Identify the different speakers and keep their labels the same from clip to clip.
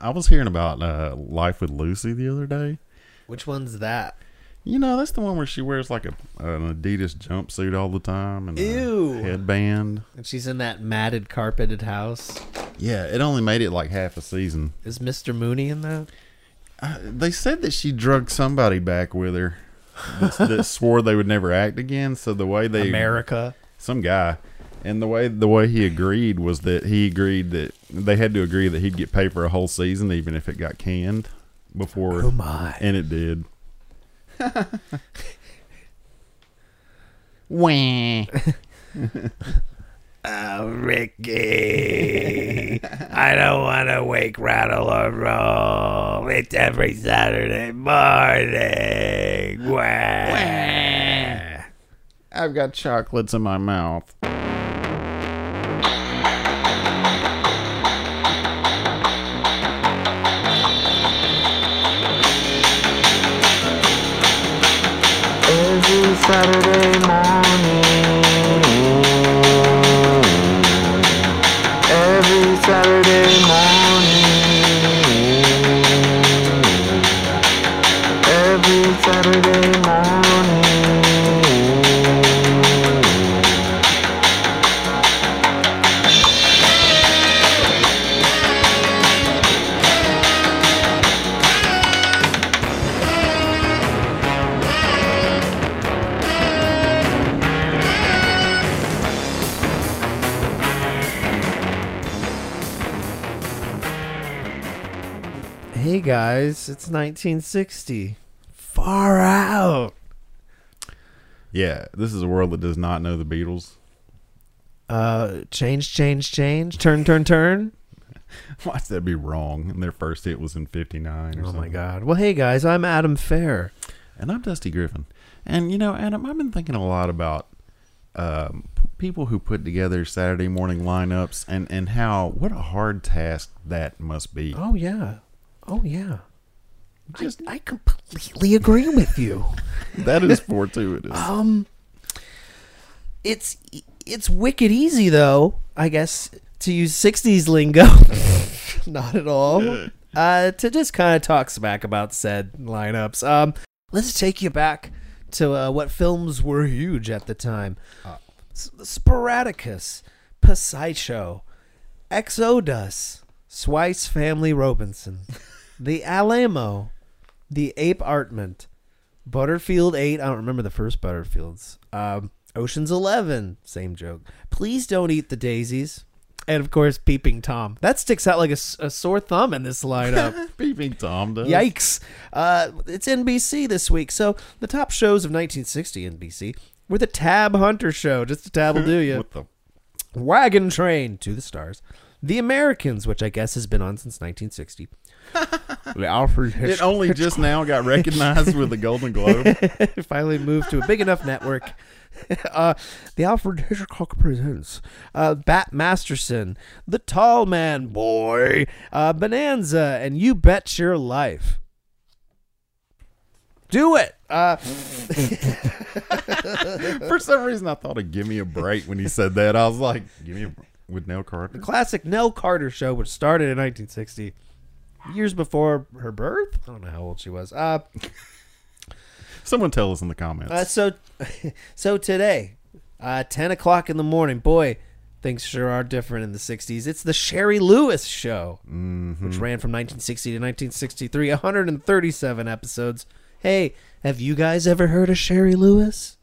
Speaker 1: I was hearing about uh, Life with Lucy the other day.
Speaker 2: Which one's that?
Speaker 1: You know, that's the one where she wears like a an Adidas jumpsuit all the time and a
Speaker 2: Ew.
Speaker 1: headband.
Speaker 2: And she's in that matted, carpeted house.
Speaker 1: Yeah, it only made it like half a season.
Speaker 2: Is Mr. Mooney in that?
Speaker 1: Uh, they said that she drugged somebody back with her that, that swore they would never act again. So the way they
Speaker 2: America.
Speaker 1: some guy, and the way the way he agreed was that he agreed that they had to agree that he'd get paid for a whole season, even if it got canned before.
Speaker 2: Oh my.
Speaker 1: And it did. Wah.
Speaker 2: Oh, Ricky. I don't want to wake rattle or roll. It's every Saturday morning.
Speaker 1: I've got chocolates in my mouth.
Speaker 3: Every Saturday morning. Every Saturday morning. Every Saturday morning.
Speaker 2: Hey, guys. It's 1960. Far out.
Speaker 1: Yeah, this is a world that does not know the Beatles.
Speaker 2: Uh, change, change, change. Turn, turn, turn.
Speaker 1: Watch that be wrong. And their first hit was in '59 or
Speaker 2: Oh,
Speaker 1: something.
Speaker 2: my God. Well, hey, guys. I'm Adam Fair.
Speaker 1: And I'm Dusty Griffin. And you know, Adam, I've been thinking a lot about um, people who put together Saturday morning lineups and and how what a hard task that must be.
Speaker 2: Oh, yeah. Oh, yeah.
Speaker 1: Just
Speaker 2: I completely agree with you.
Speaker 1: that is fortuitous.
Speaker 2: Um, it's it's wicked easy though. I guess to use '60s lingo, not at all. Uh, to just kind of talk smack about said lineups. Um, let's take you back to uh, what films were huge at the time: S- Sporadicus, Pasaicho, Exodus, Swice Family Robinson, The Alamo, The Ape Artment. Butterfield 8. I don't remember the first Butterfields. Um, Ocean's 11. Same joke. Please don't eat the daisies. And of course, Peeping Tom. That sticks out like a, s- a sore thumb in this lineup.
Speaker 1: Peeping Tom does.
Speaker 2: Yikes. Uh, it's NBC this week. So the top shows of 1960 NBC were the Tab Hunter Show. Just a tab will do you.
Speaker 1: What the?
Speaker 2: Wagon Train to the Stars. The Americans, which I guess has been on since 1960. The Alfred
Speaker 1: It only just now got recognized with the Golden Globe.
Speaker 2: finally moved to a big enough network. Uh, the Alfred Hitchcock presents uh, Bat Masterson, The Tall Man Boy, uh, Bonanza, and You Bet Your Life. Do it. Uh,
Speaker 1: For some reason, I thought of "Give Me a Break" when he said that. I was like, "Give me a break. with Nell Carter."
Speaker 2: classic Nell Carter show, which started in 1960, years before her birth. I don't know how old she was. Uh,
Speaker 1: Someone tell us in the comments.
Speaker 2: Uh, so, so today, uh, ten o'clock in the morning. Boy, things sure are different in the '60s. It's the Sherry Lewis Show, which ran from 1960 to 1963, 137 episodes. Hey, have you guys ever heard of Sherry Lewis?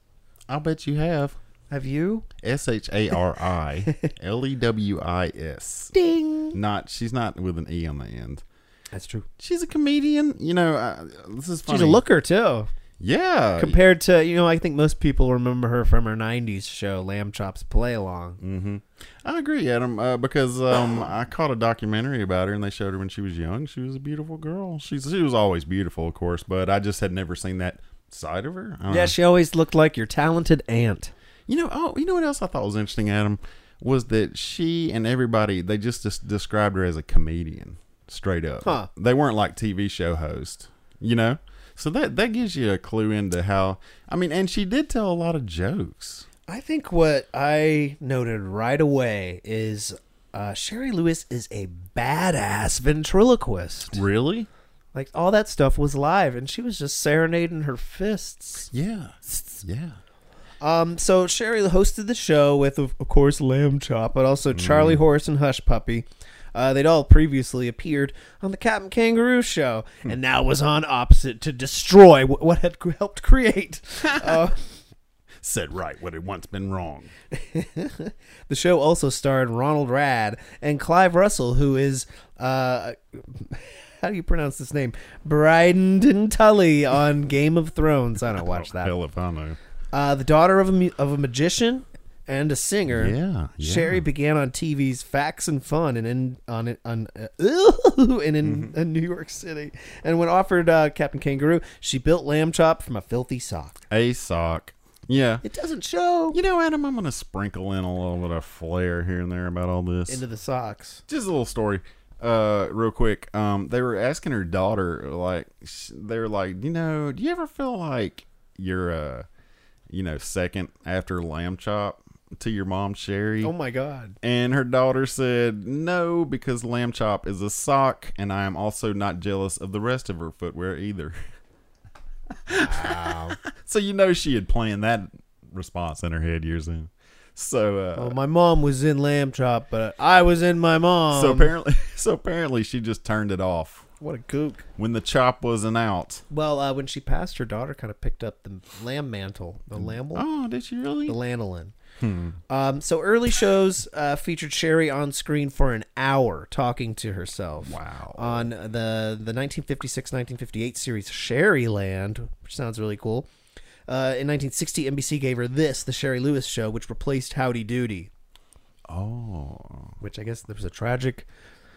Speaker 1: I'll bet you have.
Speaker 2: Have you?
Speaker 1: S H A R I L E W I S.
Speaker 2: Ding.
Speaker 1: Not she's not with an e on the end.
Speaker 2: That's true.
Speaker 1: She's a comedian. You know, uh, this is funny.
Speaker 2: She's a looker too.
Speaker 1: Yeah.
Speaker 2: Compared to you know, I think most people remember her from her '90s show, Lamb Chops Play Along.
Speaker 1: I agree, Adam, uh, because um, I caught a documentary about her and they showed her when she was young. She was a beautiful girl. She's she was always beautiful, of course, but I just had never seen that side of her. I don't
Speaker 2: Yeah,
Speaker 1: know.
Speaker 2: she always looked like your talented aunt.
Speaker 1: You know, oh, you know what else I thought was interesting, Adam, was that she and everybody they just des- described her as a comedian, straight up.
Speaker 2: Huh.
Speaker 1: They weren't like TV show host, you know. So that that gives you a clue into how I mean, and she did tell a lot of jokes.
Speaker 2: I think what I noted right away is uh, Uh, Sherry Lewis is a badass ventriloquist.
Speaker 1: Really?
Speaker 2: Like all that stuff was live, and she was just serenading her fists.
Speaker 1: Yeah. Yeah.
Speaker 2: Um, so Sherry hosted the show with, of of course, Lamb Chop, but also Charlie Horse and Hush Puppy. Uh, they'd all previously appeared on the Captain Kangaroo show, and now was on opposite to destroy wh- what had cr- helped create. Uh,
Speaker 1: Said right what had once been wrong.
Speaker 2: the show also starred Ronald Rad and Clive Russell, who is uh, how do you pronounce this name? Bryden Tully on Game of Thrones. I don't watch that.
Speaker 1: Oh, Hell if I know.
Speaker 2: Uh, the daughter of a, mu- of a magician and a singer.
Speaker 1: Yeah, yeah.
Speaker 2: Sherry began on TV's Facts and Fun and in on on uh, ooh, and in,
Speaker 1: Mm-hmm.
Speaker 2: in New York City. And when offered uh, Captain Kangaroo, she built lamb chop from a filthy sock.
Speaker 1: A sock. Yeah.
Speaker 2: It doesn't show
Speaker 1: You know, Adam, I'm going to sprinkle in a little bit of flair here and there about all this.
Speaker 2: into the socks.
Speaker 1: just a little story uh real quick um they were asking her daughter like sh- they were like you know do you ever feel like you're uh you know second after lamb chop to your mom sherry
Speaker 2: Oh my god.
Speaker 1: and her daughter said no because lamb chop is a sock and i am also not jealous of the rest of her footwear either so you know she had planned that response in her head years in so uh
Speaker 2: Well, my mom was in lamb chop, but I was in my mom.
Speaker 1: so apparently so apparently she just turned it off
Speaker 2: what a kook.
Speaker 1: when the chop wasn't out.
Speaker 2: Well, uh, when she passed, her daughter kind of picked up the lamb mantle, the lamb.
Speaker 1: Oh, Hmm. did she
Speaker 2: the
Speaker 1: really?
Speaker 2: lanolin. Um, so early shows uh, featured Sherry on screen for an hour talking to herself.
Speaker 1: Wow.
Speaker 2: On the the 1956-1958 series Sherryland, which sounds really cool. Uh, in 1960, NBC gave her this, the Sherry Lewis Show, which replaced Howdy Doody,
Speaker 1: Oh,
Speaker 2: which I guess there was a tragic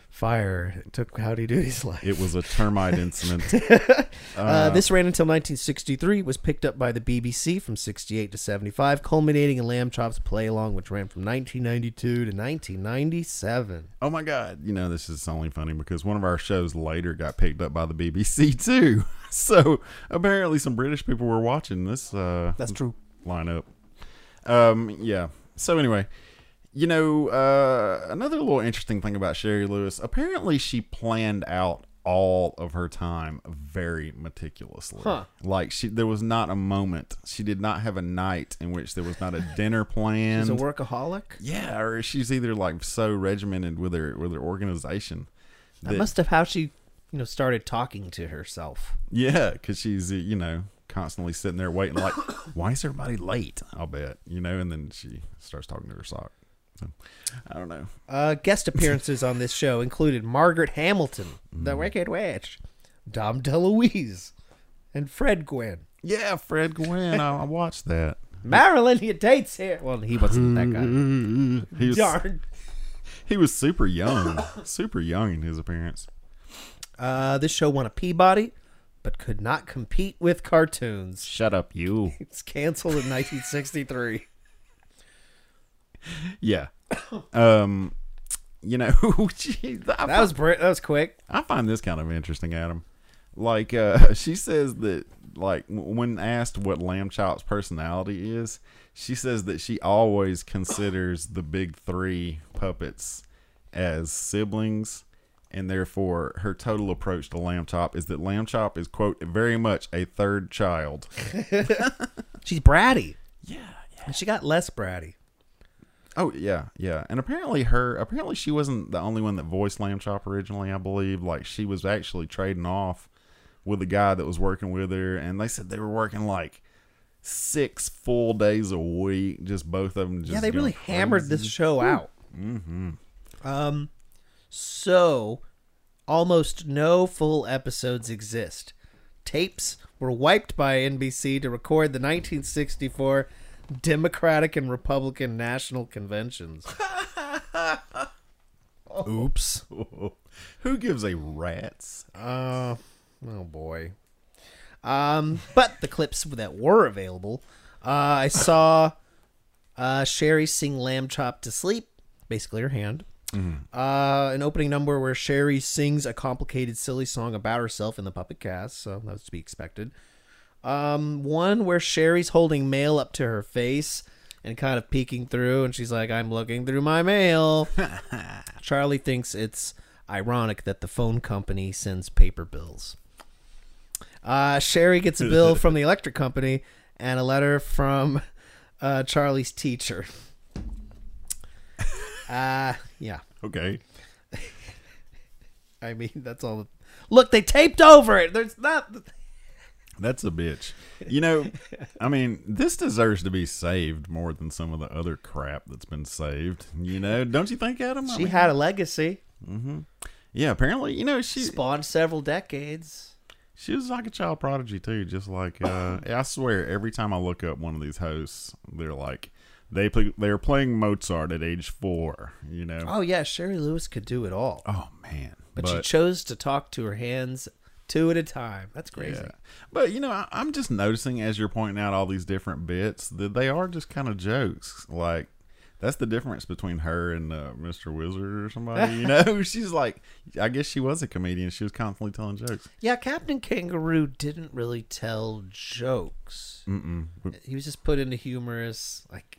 Speaker 2: fire. It took Howdy Doody's life.
Speaker 1: it was a termite incident.
Speaker 2: Uh, this ran until 1963, was picked up by the BBC from 68 to 75, culminating in Lamb Chop's Play Along, which ran from 1992 to 1997.
Speaker 1: Oh my god! You know this is only funny because one of our shows later got picked up by the BBC too. So apparently, some British people were watching this. Uh,
Speaker 2: That's true.
Speaker 1: lineup. Um, yeah. So anyway, you know, uh, another little interesting thing about Sherry Lewis. Apparently, she planned out all of her time very meticulously.
Speaker 2: Huh.
Speaker 1: Like she, there was not a moment. She did not have a night in which there was not a dinner planned.
Speaker 2: He's a workaholic?
Speaker 1: yeah, or she's either like so regimented with her with her organization.
Speaker 2: That
Speaker 1: that-
Speaker 2: must have how she, you know, started talking to herself.
Speaker 1: Yeah, because she's uh, you know constantly sitting there waiting. Like, why is everybody late? I'll bet you know. And then she starts talking to her sock. So, I don't know.
Speaker 2: Uh, guest appearances on this show included Margaret Hamilton, the Wicked Witch, Dom DeLuise, and Fred Gwynn.
Speaker 1: Yeah, Fred Gwynn. I, I watched that.
Speaker 2: Marilyn, your date's here. Well, he wasn't that guy.
Speaker 1: He was
Speaker 2: Darn.
Speaker 1: he was super young, super young in his appearance.
Speaker 2: Uh, this show won a Peabody, but could not compete with cartoons.
Speaker 1: Shut up, you.
Speaker 2: It's canceled in 1963.
Speaker 1: Yeah. Um, you know, geez, I
Speaker 2: That was br- that was quick.
Speaker 1: I find this kind of interesting, Adam. Like uh, she says that, like w- when asked what Lamb Chop's personality is, she says that she always considers the big three puppets as siblings, and therefore her total approach to Lamb Chop is that Lamb Chop is quote very much a third child.
Speaker 2: She's bratty,
Speaker 1: Yeah.
Speaker 2: and she got less bratty.
Speaker 1: Oh yeah, yeah. And apparently her apparently she wasn't the only one that voiced Lamb Chop originally, I believe. Like she was actually trading off with the guy that was working with her and they said they were working like six full days a week, just both of them just
Speaker 2: yeah, they
Speaker 1: going
Speaker 2: really
Speaker 1: crazy.
Speaker 2: hammered this show out. Mm-hmm. Um, so almost no full episodes exist. Tapes were wiped by NBC to record the 1964 Democratic and Republican National Conventions. Oops.
Speaker 1: Who gives a rat's?
Speaker 2: Uh, oh boy. Um, but the clips that were available, uh, I saw uh, Sherry sing "Lamb Chop" to sleep, basically her hand. Uh, an opening number where Sherry sings a complicated, silly song about herself in the puppet cast, so that was to be expected. Um, one where Sherry's holding mail up to her face and kind of peeking through, and she's like, "I'm looking through my mail." Charlie thinks it's ironic that the phone company sends paper bills. Uh, Sherry gets a bill from the electric company and a letter from uh, Charlie's teacher. Uh, yeah.
Speaker 1: Okay.
Speaker 2: I mean, that's all. Look, they taped over it. There's not.
Speaker 1: That's a bitch. You know, I mean, this deserves to be saved more than some of the other crap that's been saved. You know, don't you think, Adam? I
Speaker 2: She
Speaker 1: mean,
Speaker 2: had a legacy,
Speaker 1: yeah, apparently, you know, she
Speaker 2: spawned several decades.
Speaker 1: she was like a child prodigy too, just like uh, I swear every time I look up one of these hosts, they're like they play, they're playing Mozart at age 4, you know.
Speaker 2: Oh yeah, Sherry Lewis could do it all,
Speaker 1: Oh man.
Speaker 2: but, she chose to talk to her hands two at a time. That's crazy.
Speaker 1: Yeah. But you know, I, I'm just noticing as you're pointing out all these different bits that they are just kind of jokes. Like that's the difference between her and uh, Mr. Wizard or somebody. You know, she's like, I guess she was a comedian. She was constantly telling jokes.
Speaker 2: Yeah, Captain Kangaroo didn't really tell jokes.
Speaker 1: Mm-mm.
Speaker 2: He was just put into humorous, like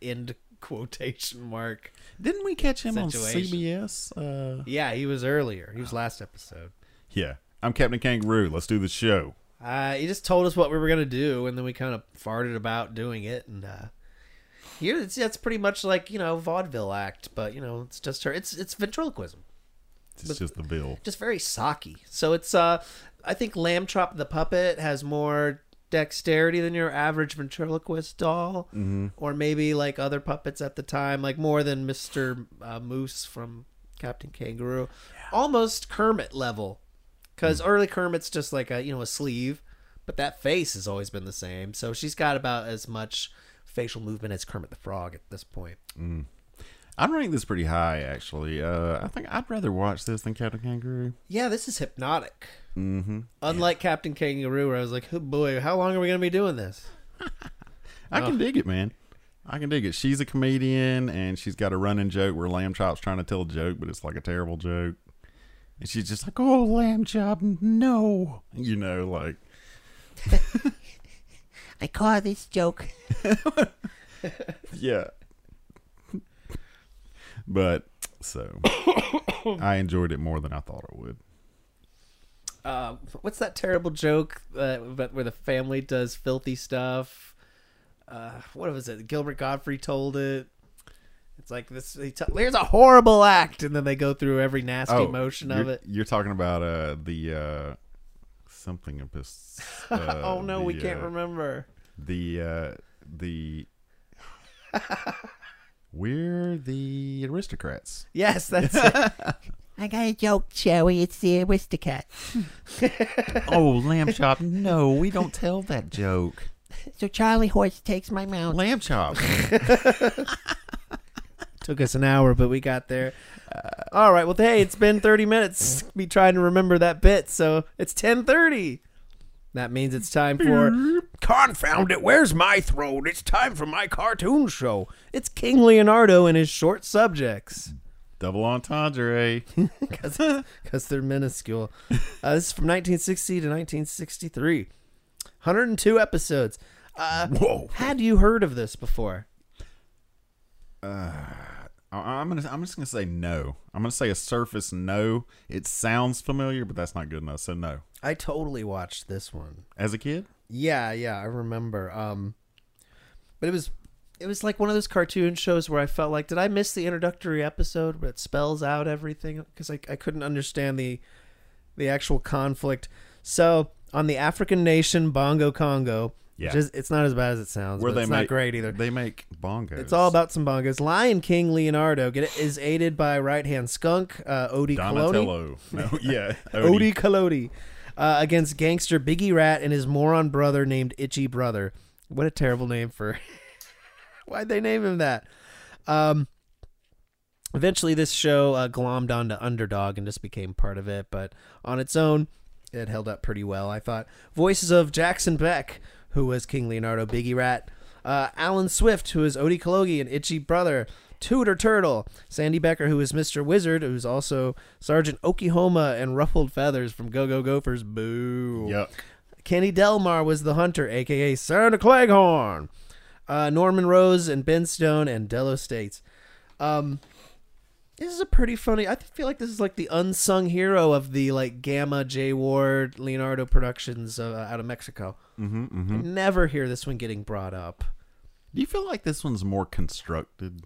Speaker 2: end quotation mark.
Speaker 1: Didn't we catch him
Speaker 2: Situation.
Speaker 1: on CBS? Uh,
Speaker 2: Yeah, he was earlier. He was last episode.
Speaker 1: yeah, I'm Captain Kangaroo. Let's do the show.
Speaker 2: Uh, he just told us what we were gonna do, and then we kind of farted about doing it. And uh, here, it's, that's pretty much like you know vaudeville act, but you know it's just her. It's it's ventriloquism,
Speaker 1: It's just the bill.
Speaker 2: just very socky. So it's uh, I think Lamb Chop the puppet has more dexterity than your average ventriloquist doll, or maybe like other puppets at the time, like more than Mister uh, Moose from Captain Kangaroo, almost Kermit level because early Kermit's just like a you know a sleeve, but that face has always been the same. So she's got about as much facial movement as Kermit the Frog at this point.
Speaker 1: I'd rank this pretty high, actually. Uh, I think I'd rather watch this than Captain Kangaroo.
Speaker 2: Yeah, this is hypnotic. Mm-hmm. Unlike Captain Kangaroo, where I was like, oh boy, how long are we gonna be doing this?
Speaker 1: I can dig it, man. I can dig it. She's a comedian and she's got a running joke where Lamb Chop's trying to tell a joke, but it's like a terrible joke. And she's just like, "Oh, Lamb Chop, no!" You know, like
Speaker 4: I call this joke.
Speaker 1: yeah. but so I enjoyed it more than I thought I would.
Speaker 2: Uh, what's that terrible joke uh, but where the family does filthy stuff? Uh, what was it? Gilbert Godfrey told it. It's like this. He t- Here's a horrible act, and then they go through every nasty motion of
Speaker 1: Oh, you're-
Speaker 2: it.
Speaker 1: You're talking about uh the uh something of this. Uh,
Speaker 2: oh no, we
Speaker 1: the,
Speaker 2: can't
Speaker 1: uh,
Speaker 2: remember.
Speaker 1: the uh the we're the aristocrats
Speaker 2: Yes, that's it.
Speaker 4: I got a joke, Sherry. It's the Aristocats.
Speaker 1: oh lamb chop no we don't tell that joke
Speaker 4: So Charlie Horse takes my mount.
Speaker 1: lamb chop
Speaker 2: Took us an hour, but we got there. Uh, All right. Well, hey, it's been 30 minutes. Me trying to remember that bit, so it's 10:30. That means it's time for confound it. Where's my throat? It's time for my cartoon show. It's King Leonardo and his short subjects
Speaker 1: double entendre eh?
Speaker 2: because they're minuscule. Uh, this is from 1960 to 1963. 102 episodes. Uh,
Speaker 1: whoa
Speaker 2: had you heard of this before?
Speaker 1: I- i'm gonna i'm just gonna say no i'm gonna say a surface no it sounds familiar but that's not good enough so no
Speaker 2: I totally watched this one.
Speaker 1: as a kid
Speaker 2: Yeah, yeah, I remember. Um, but it was it was like one of those cartoon shows where I felt like, did I miss the introductory episode where it spells out everything? Because I, I couldn't understand the the actual conflict. So on the African nation Bongo Congo, yeah,
Speaker 1: Yeah.
Speaker 2: which is, it's not as bad as it sounds. but it's not great either.
Speaker 1: they make bongos
Speaker 2: It's all about some bongos. Lion King Leonardo get it, is aided by right hand skunk uh, Odie Coloni.
Speaker 1: donatello no yeah
Speaker 2: Odie Collodi uh, against gangster Biggie Rat and his moron brother named Itchy Brother. What a terrible name for. Why'd they name him that? Um, eventually, this show uh, glommed onto Underdog and just became part of it, but on its own, it held up pretty well, I thought. Voices of Jackson Beck, who was King Leonardo Biggie Rat, uh, Alan Swift, who is Odie Kalogi and Itchy Brother, Tudor Turtle, Sandy Becker, who is Mr. Wizard, who's also Sergeant Oklahoma and Ruffled Feathers from Go Go Gophers. Boo.
Speaker 1: yuck
Speaker 2: Kenny Delmar was the hunter, aka Santa Cleghorn. uh, Norman Rose and Ben Stone and Dello States. Um, this is a pretty funny. I feel like this is like the unsung hero of the like Gamma J Ward Leonardo Productions uh, out of Mexico.
Speaker 1: Mm-hmm, mm-hmm.
Speaker 2: I never hear this one getting brought up.
Speaker 1: Do you feel like this one's more constructed?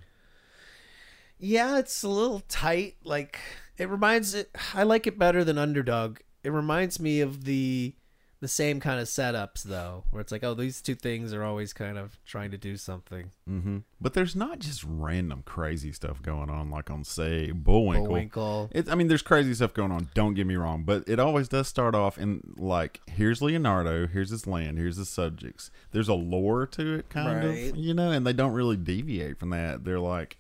Speaker 2: Yeah, it's a little tight. Like it reminds it. I like it better than Underdog. It reminds me of the the same kind of setups though, where it's like, oh, these two things are always kind of trying to do something.
Speaker 1: Mm-hmm. But there's not just random crazy stuff going on, like on say Bullwinkle.
Speaker 2: Bullwinkle.
Speaker 1: It, I mean, there's crazy stuff going on. Don't get me wrong, but it always does start off in like, here's Leonardo, here's his land, here's his subjects. There's a lore to it, kind
Speaker 2: Right.
Speaker 1: of, you know, and they don't really deviate from that. They're like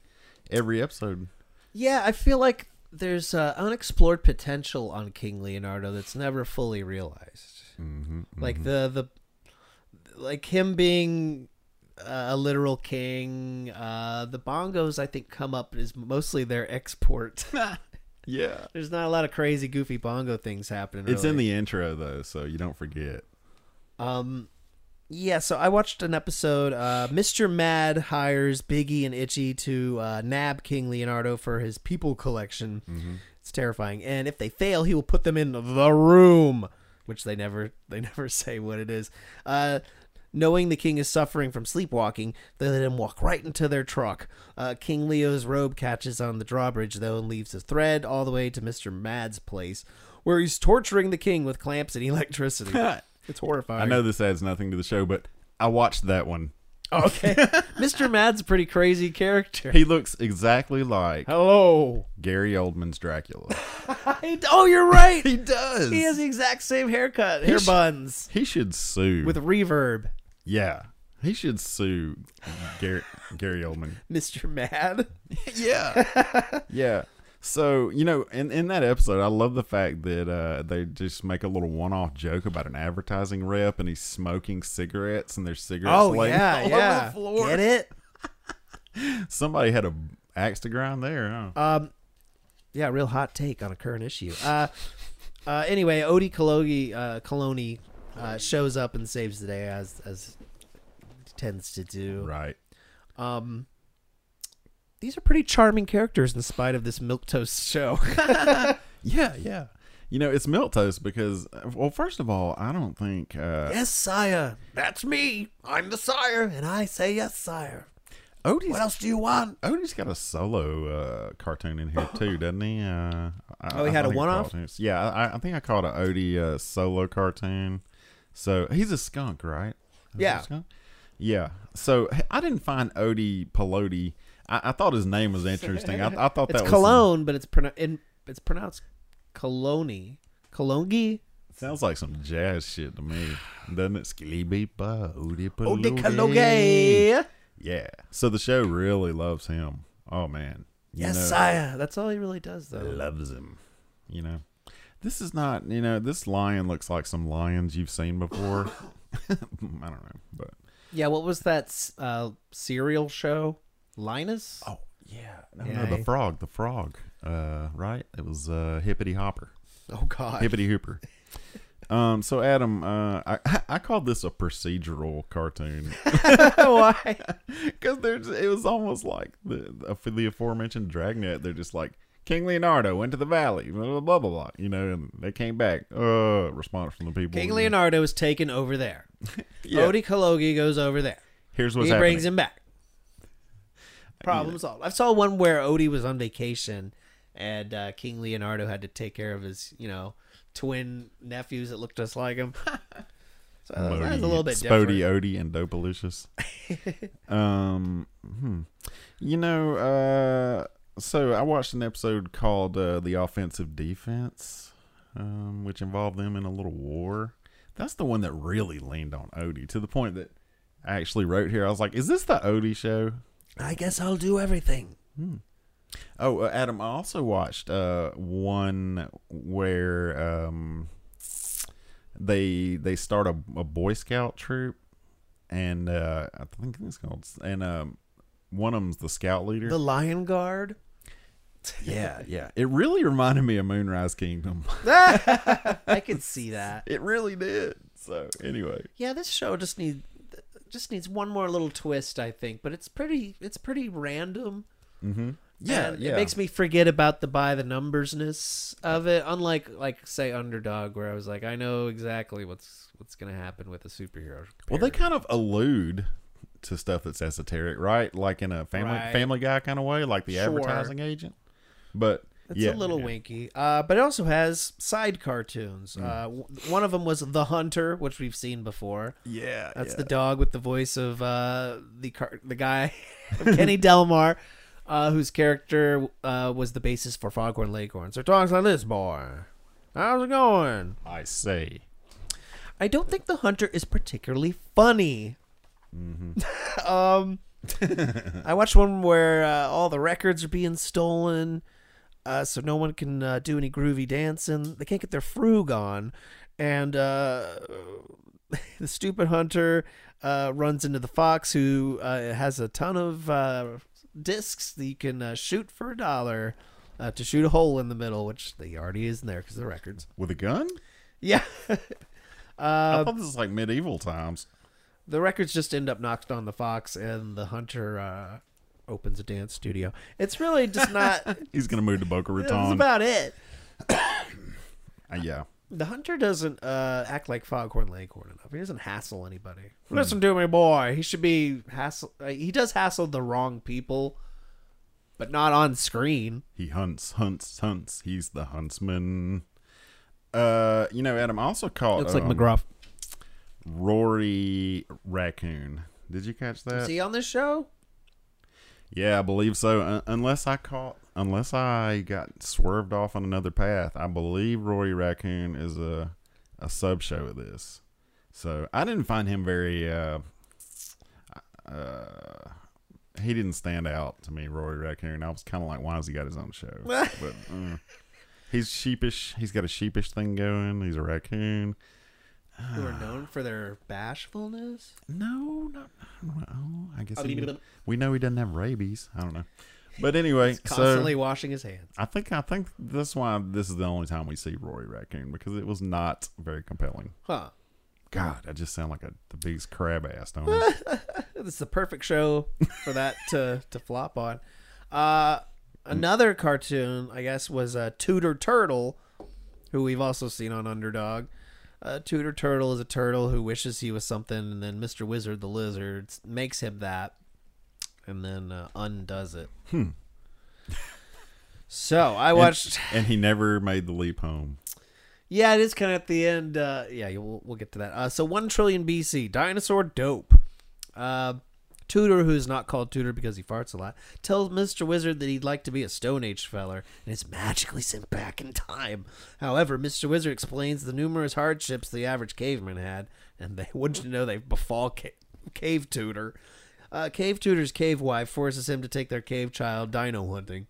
Speaker 1: every episode.
Speaker 2: Yeah, I feel like there's uh, unexplored potential on King Leonardo that's never fully realized. Like the the like him being uh, a literal king. Uh, the bongos I think come up is mostly their export.
Speaker 1: Yeah,
Speaker 2: there's not a lot of crazy, goofy bongo things happening.
Speaker 1: it's in
Speaker 2: really.
Speaker 1: the intro though, so you don't forget.
Speaker 2: um. Yeah, so I watched an episode. Uh, Mr. Mad hires Biggie and Itchy to uh, nab King Leonardo for his people collection. It's terrifying, and if they fail, he will put them in the room, which they never they never say what it is. Uh, knowing the king is suffering from sleepwalking, they let him walk right into their truck. Uh, king Leo's robe catches on the drawbridge though and leaves a thread all the way to Mister Mad's place, where he's torturing the king with clamps and electricity. it's horrifying.
Speaker 1: I know this adds nothing to the show, but I watched that one.
Speaker 2: Okay, Mister Mad's a pretty crazy character.
Speaker 1: He looks exactly like
Speaker 2: Hello.
Speaker 1: Gary Oldman's Dracula.
Speaker 2: I- oh, you're right.
Speaker 1: he does.
Speaker 2: he has the exact same haircut, hair
Speaker 1: sh-
Speaker 2: buns
Speaker 1: He should sue.
Speaker 2: with reverb.
Speaker 1: yeah. He should sue Gary, Gary Oldman.
Speaker 2: Mr. Mad.
Speaker 1: Yeah. yeah. So, you know, in, in that episode, I love the fact that uh, they just make a little one off joke about an advertising rep and he's smoking cigarettes and there's cigarettes
Speaker 2: Oh
Speaker 1: laying all
Speaker 2: yeah,
Speaker 1: over
Speaker 2: yeah.
Speaker 1: the floor.
Speaker 2: Get it?
Speaker 1: Somebody had a axe to grind there, huh?
Speaker 2: Yeah, real hot take on a current issue. Uh, uh, anyway, Odie Cologi, uh, Coloni uh, shows up and saves the day as as tends to do.
Speaker 1: right.
Speaker 2: Um, these are pretty charming characters in spite of this milk toast show.
Speaker 1: Yeah, yeah. You know, it's milk toast because, well, first of all, I don't think. Uh,
Speaker 2: yes, sire. That's me. I'm the sire, and I say yes, sire.
Speaker 1: Odie's
Speaker 2: What else do you want?
Speaker 1: Odie's got a solo uh, cartoon in here too, doesn't he? Uh, I,
Speaker 2: Oh, he had a
Speaker 1: think I
Speaker 2: one-off?
Speaker 1: called him- Yeah, I, I think I called it Odie uh, solo cartoon. So he's a skunk, right? Is he a
Speaker 2: Yeah.
Speaker 1: skunk? yeah. So h- I didn't find Odie Pelody. I, I thought his name was interesting. I, I thought
Speaker 2: It's
Speaker 1: that was
Speaker 2: cologne, but it's pronou- in, it's pronounced Coloni. Colongi?
Speaker 1: sounds like some jazz shit to me, doesn't it? Skilly beepa, Odie
Speaker 2: Odie
Speaker 1: Pelody.
Speaker 2: Cologne.
Speaker 1: Yeah. So the show really loves him. Oh man. You
Speaker 2: Yes,
Speaker 1: know-
Speaker 2: sire. That's all he really does, though.
Speaker 1: loves him. You know, this is not. You know, this lion looks like some lions you've seen before. I don't know, but
Speaker 2: Yeah, what was that s- uh, serial show? Linus?
Speaker 1: oh yeah, no,
Speaker 2: Yeah,
Speaker 1: no,
Speaker 2: I-
Speaker 1: the frog, the frog. Uh, right? It was uh, hippity hopper,
Speaker 2: Oh, God.
Speaker 1: hippity hooper. Um, so Adam, uh, I I called this a procedural cartoon
Speaker 2: Why?
Speaker 1: because there's it was almost like the the- for the aforementioned Dragnet. They're just like King Leonardo went to the valley, blah blah blah blah, blah you know, and they came back. Uh, response from the people.
Speaker 2: King
Speaker 1: you know.
Speaker 2: Leonardo is taken over there. Odie Kalogi goes over there.
Speaker 1: Here's
Speaker 2: he
Speaker 1: what's happening.
Speaker 2: brings him back. Problem solved. I saw one where Odie was on vacation and uh, King Leonardo had to take care of his, you know, twin nephews that looked just like him. so that was, Uh, that was a little bit
Speaker 1: Spody,
Speaker 2: different.
Speaker 1: Odie, and Dopalicious. um, hmm. you know, uh, so I watched an episode called uh, "The Offensive Defense," um, which involved them in a little war. That's the one that really leaned on Odie to the point that I actually wrote here. I was like, "Is this the Odie show?"
Speaker 2: I guess I'll do everything.
Speaker 1: Oh, uh, Adam, I also watched uh, one where um, they they start a, a Boy Scout troop, and uh, I think it's called, and um, one of them's the scout leader.
Speaker 2: The Lion Guard.
Speaker 1: Oh, yeah, yeah. It really reminded me of Moonrise Kingdom.
Speaker 2: I could see that.
Speaker 1: it really did. So anyway,
Speaker 2: Yeah, this show just needs. just needs one more little twist, I think. But it's pretty it's pretty random.
Speaker 1: Yeah,
Speaker 2: and
Speaker 1: yeah.
Speaker 2: It makes me forget about the by the numbersness of it. Unlike like say Underdog, where I was like, I know exactly what's what's gonna happen with a superhero.
Speaker 1: Well, they
Speaker 2: parody.
Speaker 1: kind of allude to stuff that's esoteric, right? Like in a family
Speaker 2: Right.
Speaker 1: Family Guy kind of way, like the
Speaker 2: Sure.
Speaker 1: advertising agent. But
Speaker 2: It's
Speaker 1: yeah,
Speaker 2: a little
Speaker 1: yeah.
Speaker 2: winky, uh, but it also has side cartoons.
Speaker 1: Mm.
Speaker 2: Uh, w- one of them was The Hunter, which we've seen before.
Speaker 1: Yeah,
Speaker 2: That's
Speaker 1: yeah.
Speaker 2: the dog with the voice of uh, the car- the guy Kenny Delmar, uh, whose character uh, was the basis for Foghorn Leghorn. So it talks like this, boy. How's it going?
Speaker 1: I say.
Speaker 2: I don't think the hunter is particularly funny. um, I watched one where uh, all the records are being stolen, uh, so no one can uh, do any groovy dancing. They can't get their frug on, and uh, the stupid hunter uh, runs into the fox who uh, has a ton of uh, discs that you can uh, shoot for a dollar. Uh, to shoot a hole in the middle, which they already is in there because the records.
Speaker 1: With a gun?
Speaker 2: Yeah,
Speaker 1: I thought this was like medieval times.
Speaker 2: the records just end up knocked on the fox and the hunter uh, opens a dance studio it's really just not
Speaker 1: He's gonna move to Boca
Speaker 2: that's
Speaker 1: Raton.
Speaker 2: about it
Speaker 1: Uh, yeah.
Speaker 2: the hunter doesn't uh, act like foghorn leghorn enough he doesn't hassle anybody listen to me boy he should be hassle uh, he does hassle the wrong people but not on screen
Speaker 1: He hunts, hunts, hunts. He's the huntsman. Uh, you know, Adam I also caught um, Rory Raccoon. Did you catch that?
Speaker 2: is he on this show
Speaker 1: Yeah, I believe so. Un unless I caught, unless I got swerved off on another path, I believe Rory Raccoon is a a sub show of this. So I didn't find him very. Uh, uh, he didn't stand out to me, Rory Raccoon. I was kind of like, why has he got his own show? but uh, he's sheepish. He's got a sheepish thing going. He's a raccoon.
Speaker 2: who are known for their bashfulness
Speaker 1: No, not well. I guess he, we know he doesn't have rabies. I don't know. But anyway, so
Speaker 2: constantly washing his hands
Speaker 1: I think I think that's why this is the only time we see Rory Raccoon because it was not very compelling.
Speaker 2: huh
Speaker 1: God, I just sound like a the biggest crab ass, don't I?
Speaker 2: This is the perfect show for that to, to flop on. Uh, another cartoon, I guess, was uh, Tudor Turtle, who we've also seen on Underdog. Uh, Tudor Turtle is a turtle who wishes he was something, and then Mr. Wizard the Lizard s- makes him that, and then uh, undoes it. Hmm. So I watched.
Speaker 1: and he never made the leap home.
Speaker 2: yeah, it is kind of at the end. Uh, yeah, you- we'll, we'll get to that. Uh, so one trillion BC, dinosaur dope. Uh, Tudor, who's not called Tudor because he farts a lot, tells Mr. Wizard that he'd like to be a Stone Age feller and is magically sent back in time. However, Mr. Wizard explains the numerous hardships the average caveman had, and they wouldn't you know they befall ca- Cave Tudor. Uh, cave Tudor's cave wife forces him to take their cave child dino hunting.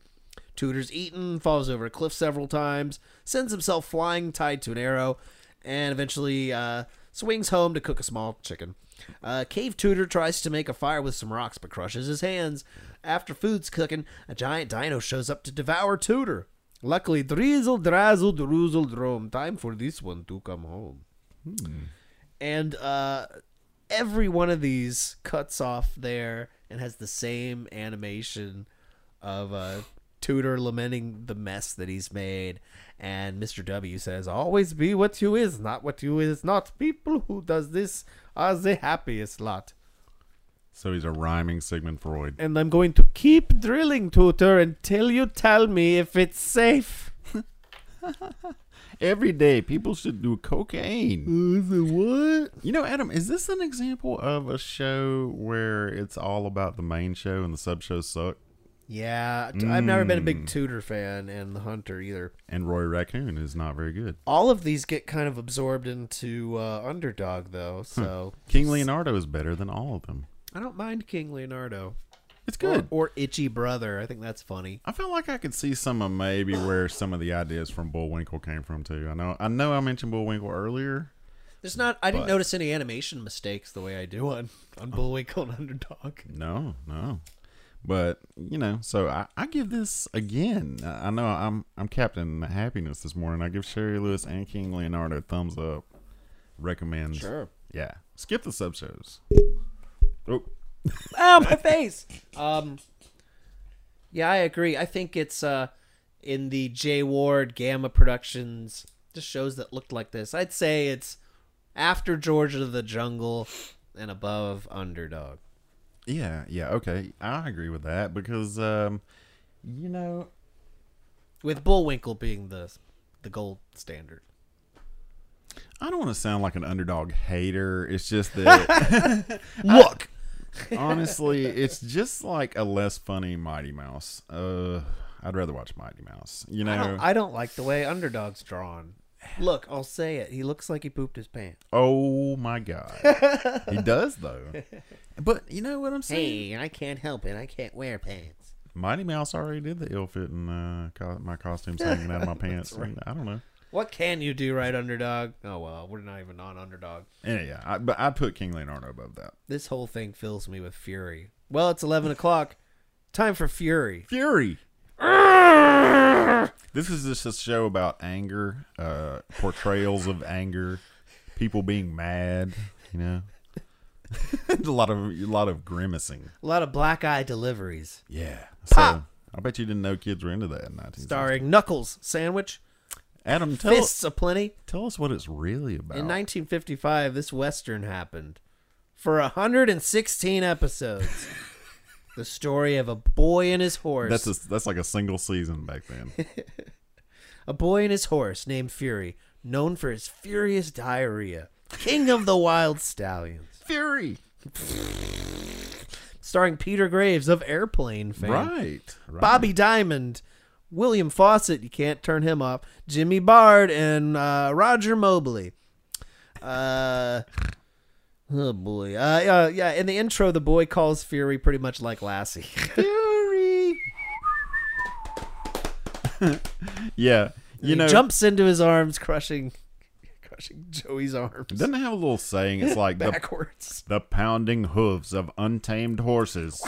Speaker 2: Tudor's eaten, falls over a cliff several times, sends himself flying tied to an arrow, and eventually uh, swings home to cook a small chicken. Uh, Cave Tudor tries to make a fire with some rocks but crushes his hands. After food's cooking, a giant dino shows up to devour Tudor. Luckily, drizzle, drazzle, droozle, drom. Time for this one to come home. And uh, every one of these cuts off there and has the same animation of uh, Tudor lamenting the mess that he's made. And Mr. W says, "Always be what you is, not what you is not. People who does this are the happiest lot."
Speaker 1: So he's a rhyming Sigmund Freud.
Speaker 2: And I'm going to keep drilling Tudor until you tell me if it's safe.
Speaker 1: Every day, people should do cocaine.
Speaker 2: What?
Speaker 1: You know, Adam, is this an example of a show where it's all about the main show and the sub shows suck?
Speaker 2: Yeah, t- I've never been a big Tudor fan, and the Hunter either.
Speaker 1: And Rory Raccoon is not very good.
Speaker 2: All of these get kind of absorbed into uh, Underdog, though. So
Speaker 1: King Leonardo is better than all of them.
Speaker 2: I don't mind King Leonardo.
Speaker 1: It's
Speaker 2: Or-
Speaker 1: good.
Speaker 2: Or, Itchy Brother. I think that's funny.
Speaker 1: I feel like I could see some of maybe where some of the ideas from Bullwinkle came from too. I know I know I mentioned Bullwinkle earlier.
Speaker 2: There's not. I didn't
Speaker 1: But-
Speaker 2: notice any animation mistakes the way I do on on Bullwinkle and Underdog.
Speaker 1: No, no. But you know, so I, I give this again. I I know I'm I'm Captain Happiness this morning. I give Sherry Lewis and King Leonardo thumbs up. Recommend. Yeah. Skip the sub shows. Oh,
Speaker 2: Ow, my face. Um, yeah, I agree. I think it's uh, in the J Ward Gamma Productions, just shows that looked like this. I'd say it's after Georgia the Jungle and above Underdog.
Speaker 1: yeah, yeah. Okay, I agree with that because, um, you know,
Speaker 2: with Bullwinkle being the the gold standard.
Speaker 1: I don't want to sound like an underdog hater. It's just that
Speaker 2: Look,
Speaker 1: honestly, it's just like a less funny Mighty Mouse. Uh, I'd rather watch Mighty Mouse. You know,
Speaker 2: I don't, I don't like the way Underdog's drawn. Look, I'll say it. He looks like he pooped his pants.
Speaker 1: oh my god, he does though. But you know what I'm saying?
Speaker 2: Hey, I can't help it. I can't wear pants.
Speaker 1: Mighty Mouse already did the ill fitting uh, co- my costumes hanging out of my pants. I don't know.
Speaker 2: What can you do right, Underdog? Oh well, we're not even on Underdog.
Speaker 1: Yeah, yeah. I, but I put King Leonardo above that.
Speaker 2: This whole thing fills me with fury. Well, it's eleven o'clock. Time for fury.
Speaker 1: Fury. this is just a show about anger, uh, portrayals of anger, people being mad. You know, a lot of a lot of grimacing.
Speaker 2: A lot of black eye deliveries,
Speaker 1: Yeah. So I bet you didn't know kids were into that in 1960s.
Speaker 2: starring Knuckles Sandwich,
Speaker 1: Adam, tell
Speaker 2: fists aplenty.
Speaker 1: tell us what it's really about.
Speaker 2: In 1955, this Western happened. For 116 episodes, the story of a boy and his horse.
Speaker 1: that's a, that's like a single season back then.
Speaker 2: a boy and his horse named Fury, known for his furious diarrhea. King of the Wild Stallions.
Speaker 1: Fury.
Speaker 2: Starring Peter Graves of Airplane fame.
Speaker 1: Right. right.
Speaker 2: Bobby Diamond. William Fawcett, you can't turn him off. Jimmy Bard and uh, Roger Mobley. Uh, oh boy, uh, uh, yeah. In the intro, the boy calls Fury pretty much like Lassie.
Speaker 1: Fury. yeah. You know,
Speaker 2: he jumps into his arms, crushing, crushing Joey's arms
Speaker 1: doesn't it have a little saying. It's like the,
Speaker 2: backwards.
Speaker 1: the pounding hooves of untamed horses.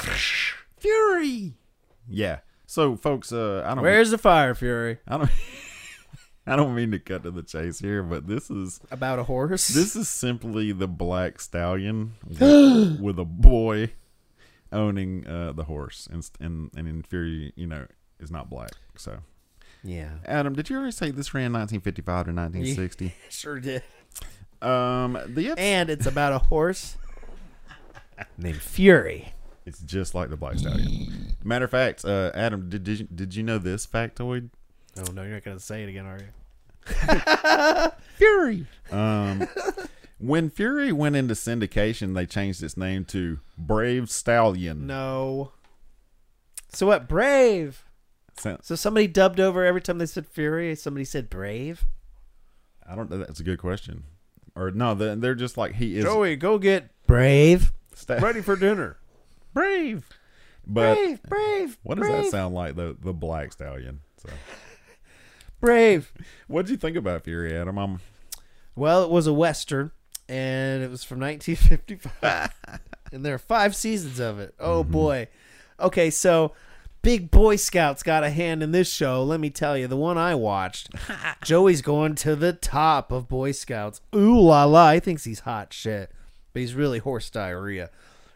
Speaker 1: Fury. Yeah. So, folks, uh, I don't.
Speaker 2: Where's the fire, Fury?
Speaker 1: I don't. I don't mean to cut to the chase here, but this is
Speaker 2: About a horse.
Speaker 1: this is simply the black stallion with, with a boy owning uh, the horse, and and and in fury, you know, is not black. So
Speaker 2: yeah,
Speaker 1: Adam, did you already say this ran 1955 to 1960?
Speaker 2: sure did.
Speaker 1: um, the episode,
Speaker 2: And it's about a horse named Fury.
Speaker 1: it's just like the Black Stallion. Matter of fact, uh, Adam, did, did you- did you know this factoid?
Speaker 2: Oh no, you're not gonna say it again, are you?
Speaker 1: Fury. Um, when Fury went into syndication, they changed its name to Brave Stallion.
Speaker 2: No. So what? Brave.
Speaker 1: Sound-
Speaker 2: So somebody dubbed over every time they said Fury. Somebody said Brave.
Speaker 1: I don't know. That's a good question. Or no, they're, they're just like he is
Speaker 2: go get Brave.
Speaker 1: sta-
Speaker 2: for dinner.
Speaker 1: brave. But
Speaker 2: brave, brave.
Speaker 1: what does that sound like? The the Black Stallion. So,
Speaker 2: Brave.
Speaker 1: what did you think about Fury, Adam? I'm,
Speaker 2: Well, it was a western, and it was from 1955, and there are five seasons of it. Oh
Speaker 1: Mm-hmm.
Speaker 2: boy. Okay, so big Boy Scouts got a hand in this show. Let me tell you, the one I watched, Joey's going to the top of Boy Scouts. Ooh la la! He thinks he's hot shit, but he's really horse diarrhea.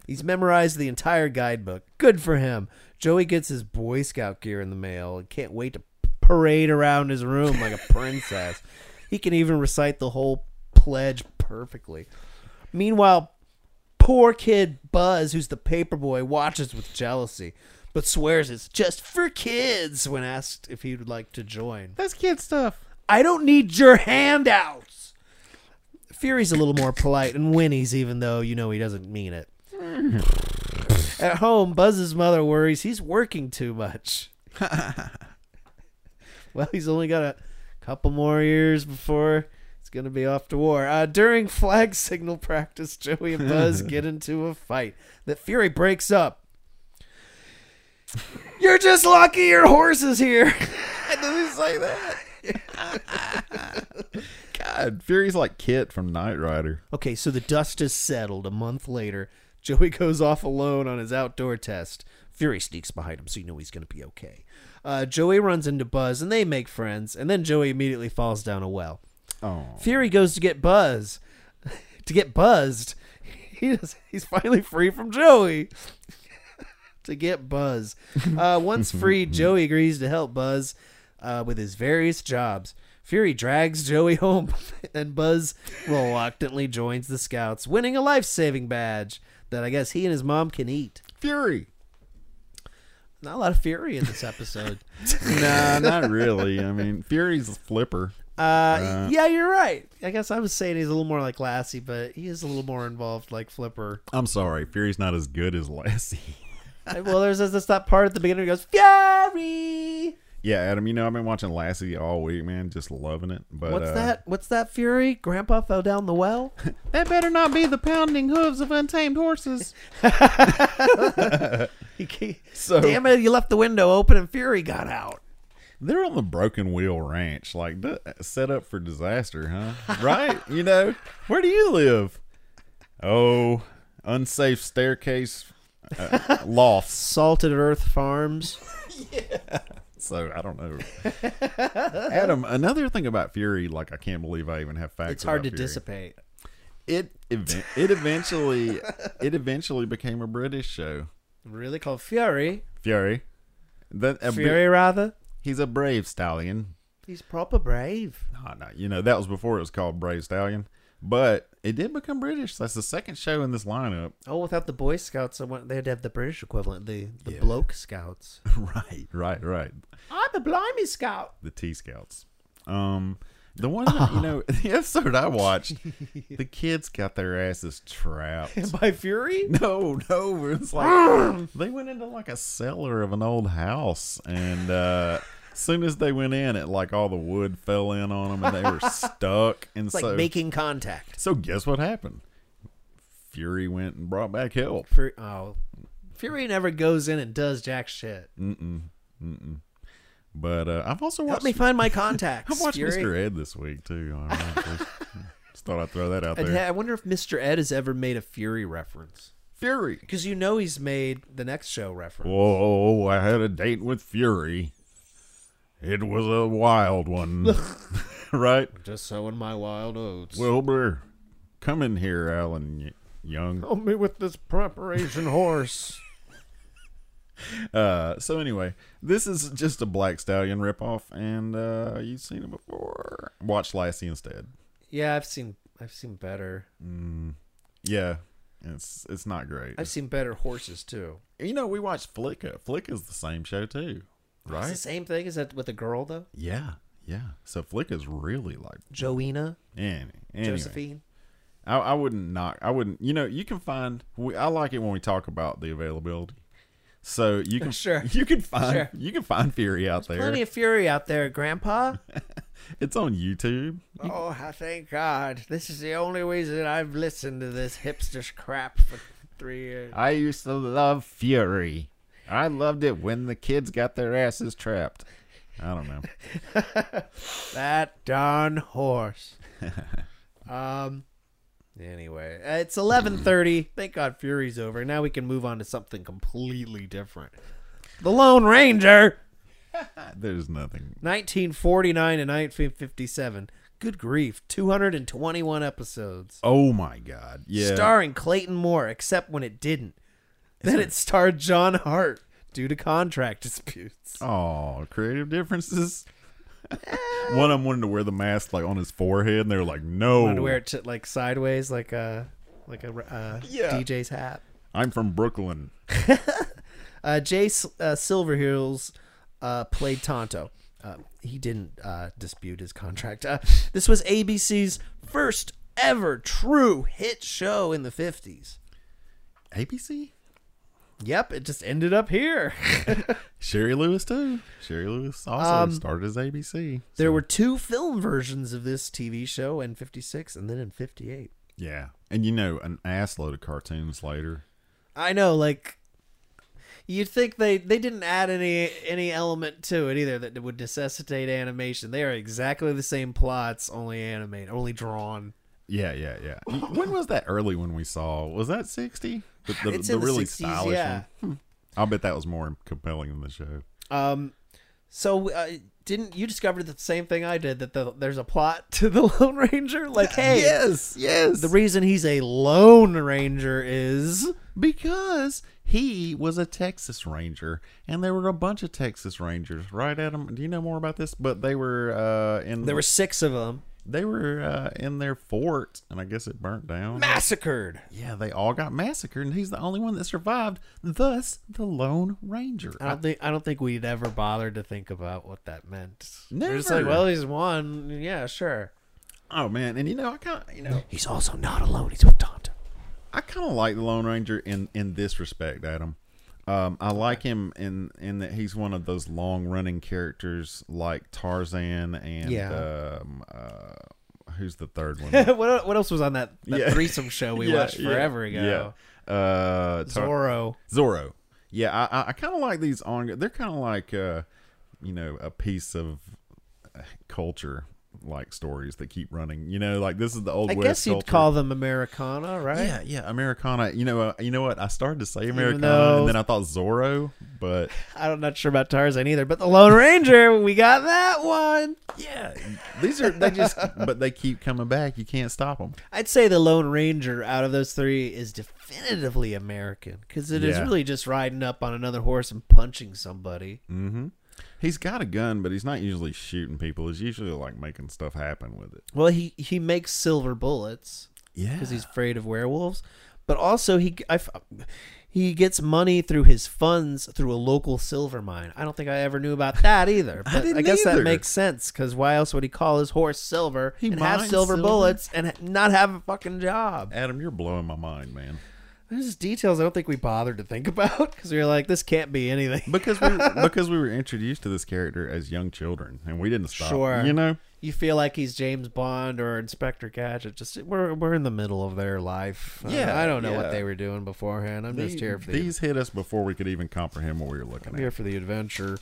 Speaker 2: He's memorized the entire guidebook. Good for him. Joey gets his Boy Scout gear in the mail and can't wait to parade around his room like a princess. he can even recite the whole pledge perfectly. Meanwhile, poor kid Buzz, who's the paperboy, watches with jealousy, but swears it's just for kids when asked if he would like to join.
Speaker 1: that's kid stuff.
Speaker 2: I don't need your handouts. Fury's a little more polite and whinnies, even though you know he doesn't mean it. At home, Buzz's mother worries he's working too much. well, he's only got a couple more years before he's going to be off to war. Uh, during flag signal practice, Joey and Buzz get into a fight that Fury breaks up. You're just lucky your horse is here.
Speaker 1: Did he say that? God, Fury's like Kit from Knight Rider.
Speaker 2: Okay, so the dust has settled a month later. Joey goes off alone on his outdoor test. Fury sneaks behind him, so you know he's going to be okay. Uh, Joey runs into Buzz, and they make friends, and then Joey immediately falls down a well.
Speaker 1: Oh,
Speaker 2: Fury goes to get Buzz. to get buzzed, He just, he's finally free from Joey to get Buzz. Uh, once free, Joey agrees to help Buzz uh, with his various jobs. Fury drags Joey home, and Buzz reluctantly joins the scouts, winning a life saving badge that I guess he and his mom can eat.
Speaker 1: Fury.
Speaker 2: Not a lot of fury in this episode.
Speaker 1: Nah, not really. I mean, Fury's a flipper.
Speaker 2: Uh, yeah, you're right. I guess I was saying he's a little more like Lassie, but he is a little more involved, like Flipper.
Speaker 1: I'm sorry, Fury's not as good as Lassie.
Speaker 2: Uh, well, there's this that part at the beginning. where He goes Fury.
Speaker 1: Yeah, Adam, you know I've been watching Lassie all week, man, just loving it. But
Speaker 2: What's
Speaker 1: uh,
Speaker 2: that? What's that Fury? Grandpa fell down the well.
Speaker 1: That better not be the pounding hooves of untamed horses.
Speaker 2: He ca-
Speaker 1: So-
Speaker 2: damn it, you left the window open and Fury got out.
Speaker 1: They're on the Broken Wheel Ranch, like d- set up for disaster, huh? right? You know, where do you live? Oh, unsafe staircase uh, lofts.
Speaker 2: Salted Earth Farms.
Speaker 1: So I don't know. Adam, another thing about Fury, like I can't believe I even have facts.
Speaker 2: It's hard to
Speaker 1: about Fury.
Speaker 2: dissipate.
Speaker 1: It event- it eventually it eventually became a British show.
Speaker 2: Really called Fury?
Speaker 1: Fury. That a bit-
Speaker 2: Fury rather.
Speaker 1: He's a brave stallion.
Speaker 2: He's proper brave.
Speaker 1: No, no, you know that was before it was called Brave Stallion, but it did become British. That's the second show in this lineup.
Speaker 2: Oh, without the Boy Scouts, I want, they'd have the British equivalent, the the Bloke Scouts.
Speaker 1: right, right, right.
Speaker 2: I'm a Ah, Blimey Scout.
Speaker 1: The T Scouts. Um, the one that, you know, the episode I watched, the kids got their asses trapped.
Speaker 2: By Fury?
Speaker 1: No, no, it's like they went into like a cellar of an old house, and uh, as soon as they went in, it like all the wood fell in on them, and they were stuck. And
Speaker 2: It's like
Speaker 1: so
Speaker 2: making contact.
Speaker 1: So guess what happened? Fury went and brought back help.
Speaker 2: Fury, oh, Fury never goes in and does jack shit.
Speaker 1: But uh, I've also
Speaker 2: Help
Speaker 1: watched.
Speaker 2: me find my contacts.
Speaker 1: I've watched
Speaker 2: Fury.
Speaker 1: Mr. Ed this week too. Ironically. Just thought I'd throw that out
Speaker 2: And
Speaker 1: there.
Speaker 2: I wonder if Mr. Ed has ever made a Fury reference.
Speaker 1: Fury.
Speaker 2: Because you know he's made the next show reference.
Speaker 1: Whoa! I had a date with Fury. It was a wild one, right?
Speaker 2: Just sowing my wild oats.
Speaker 1: Wilbur, come in here, Alan Y- Young.
Speaker 2: Help me with this preparation horse. Oh.
Speaker 1: Uh, so anyway, this is just a Black Stallion ripoff, and uh, you've seen it before. Watch Lassie instead.
Speaker 2: Yeah, I've seen I've seen better.
Speaker 1: Yeah, it's it's not great.
Speaker 2: I've seen better horses too.
Speaker 1: You know, we watched Flicka. Flicka's the same show too,
Speaker 2: It's
Speaker 1: right?
Speaker 2: the same thing as that with a girl though.
Speaker 1: Yeah, yeah. So Flicka's really like
Speaker 2: Joena,
Speaker 1: any. Anyway,
Speaker 2: Josephine.
Speaker 1: I, I wouldn't knock. I wouldn't. You know, you can find. We, I like it when we talk about the availability. So you can
Speaker 2: Sure.
Speaker 1: you can find
Speaker 2: Sure.
Speaker 1: you can find Fury out there.
Speaker 2: Plenty of Fury out there, Grandpa.
Speaker 1: it's on YouTube.
Speaker 2: oh, I thank God. This is the only reason I've listened to this hipster's crap for three years.
Speaker 1: I used to love Fury. I loved it when the kids got their asses trapped. I don't know.
Speaker 2: That darn horse. um. Anyway, it's eleven thirty. Thank God Fury's over. Now we can move on to something completely different. The Lone Ranger,
Speaker 1: There's nothing.
Speaker 2: nineteen forty nine to nineteen fifty seven. Good grief, two hundred and twenty one episodes,
Speaker 1: Oh my god. Yeah.
Speaker 2: starring Clayton Moore. Except when it didn't. Then it starred John Hart due to contract disputes.
Speaker 1: Oh, creative differences. One of them wanted to wear the mask like on his forehead, and they were like, "No,
Speaker 2: Wanted to wear it to, like sideways, like a like a uh,
Speaker 1: Yeah.
Speaker 2: DJ's hat.
Speaker 1: I'm from Brooklyn."
Speaker 2: Uh, Jay S- uh, Silverheels uh, played Tonto. Uh, he didn't uh, dispute his contract. Uh, this was ABC's first ever true hit show in the 50s.
Speaker 1: ABC.
Speaker 2: Yep, it just ended up here.
Speaker 1: Sherry Lewis too. Sherry Lewis also
Speaker 2: Um,
Speaker 1: started as ABC.
Speaker 2: there were two film versions of this TV show in 56 and then in 58.
Speaker 1: Yeah, and you know, an ass load of cartoons later.
Speaker 2: I know, like you'd think they they didn't add any any element to it either that would necessitate animation. They are exactly the same plots, only animated, only drawn.
Speaker 1: Yeah, yeah, yeah. when was that early one we saw? Was that sixty? The, the,
Speaker 2: It's
Speaker 1: the
Speaker 2: in the
Speaker 1: really
Speaker 2: 60s,
Speaker 1: stylish
Speaker 2: yeah.
Speaker 1: one. Hmm. I'll bet that was more compelling than the show.
Speaker 2: Um, So uh, didn't you discover the same thing I did that the, there's a plot to the Lone Ranger? Like, hey,
Speaker 1: yes, yes.
Speaker 2: the reason he's a Lone Ranger is
Speaker 1: because he was a Texas Ranger, and there were a bunch of Texas Rangers. Right, Adam? Do you know more about this? But they were uh, in
Speaker 2: there were six of them
Speaker 1: they were uh, in their fort, and I guess it burnt down.
Speaker 2: massacred.
Speaker 1: yeah, they all got massacred, and he's the only one that survived. Thus, the Lone Ranger.
Speaker 2: I don't think I don't think we'd ever bothered to think about what that meant. We're just
Speaker 1: Never.
Speaker 2: like, well, he's one. Yeah, sure.
Speaker 1: oh man, and you know, I kind of you know,
Speaker 2: He's also not alone. He's with Tonto.
Speaker 1: I kind of like the Lone Ranger in in this respect, Adam. Um, I like him in in that he's one of those long running characters like Tarzan and
Speaker 2: Yeah.
Speaker 1: um, uh, who's the third one?
Speaker 2: what what else was on that, that
Speaker 1: Yeah.
Speaker 2: threesome show Oh, we
Speaker 1: Yeah,
Speaker 2: watched
Speaker 1: yeah,
Speaker 2: forever ago?
Speaker 1: Yeah. Uh, Tar-
Speaker 2: Zorro.
Speaker 1: Zorro. Yeah, I, I, I kind of like these on. They're kind of like, uh, you know, a piece of uh, culture, like stories that keep running. You know, like this is the old
Speaker 2: I
Speaker 1: West
Speaker 2: guess you'd
Speaker 1: culture.
Speaker 2: call them Americana, right?
Speaker 1: Yeah, yeah, Americana. You know, uh, you know what? I started to say Americana,
Speaker 2: though-
Speaker 1: and then I thought Zorro, but
Speaker 2: I'm not sure about Tarzan either, but the Lone Ranger, we got that one.
Speaker 1: yeah, these are they just, but they keep coming back. You can't stop them.
Speaker 2: I'd say the Lone Ranger out of those three is definitively American because it is
Speaker 1: Yeah.
Speaker 2: really just riding up on another horse and punching somebody.
Speaker 1: Mm. He's got a gun, but he's not usually shooting people. He's usually like making stuff happen with it.
Speaker 2: Well, he he makes silver bullets
Speaker 1: Yeah,
Speaker 2: because he's afraid of werewolves, but also he I f he gets money through his funds through a local silver mine. I don't think I ever knew about that either. But I,
Speaker 1: didn't
Speaker 2: guess
Speaker 1: either.
Speaker 2: that makes sense because why else would he call his horse silver
Speaker 1: He
Speaker 2: and have
Speaker 1: mines
Speaker 2: silver,
Speaker 1: silver?
Speaker 2: bullets and ha- not have a fucking job?
Speaker 1: Adam, you're blowing my mind, man.
Speaker 2: There's just details I don't think we bothered to think about because we were like, this can't be anything.
Speaker 1: because we because we were introduced to this character as young children, and we didn't stop.
Speaker 2: Sure.
Speaker 1: you know,
Speaker 2: You feel like he's James Bond or Inspector Gadget. Just we're we're in the middle of their life.
Speaker 1: Yeah,
Speaker 2: I don't know
Speaker 1: yeah.
Speaker 2: what they were doing beforehand. I'm just here for the
Speaker 1: these hit us before we could even comprehend what we were looking
Speaker 2: I'm
Speaker 1: at.
Speaker 2: here for the adventure.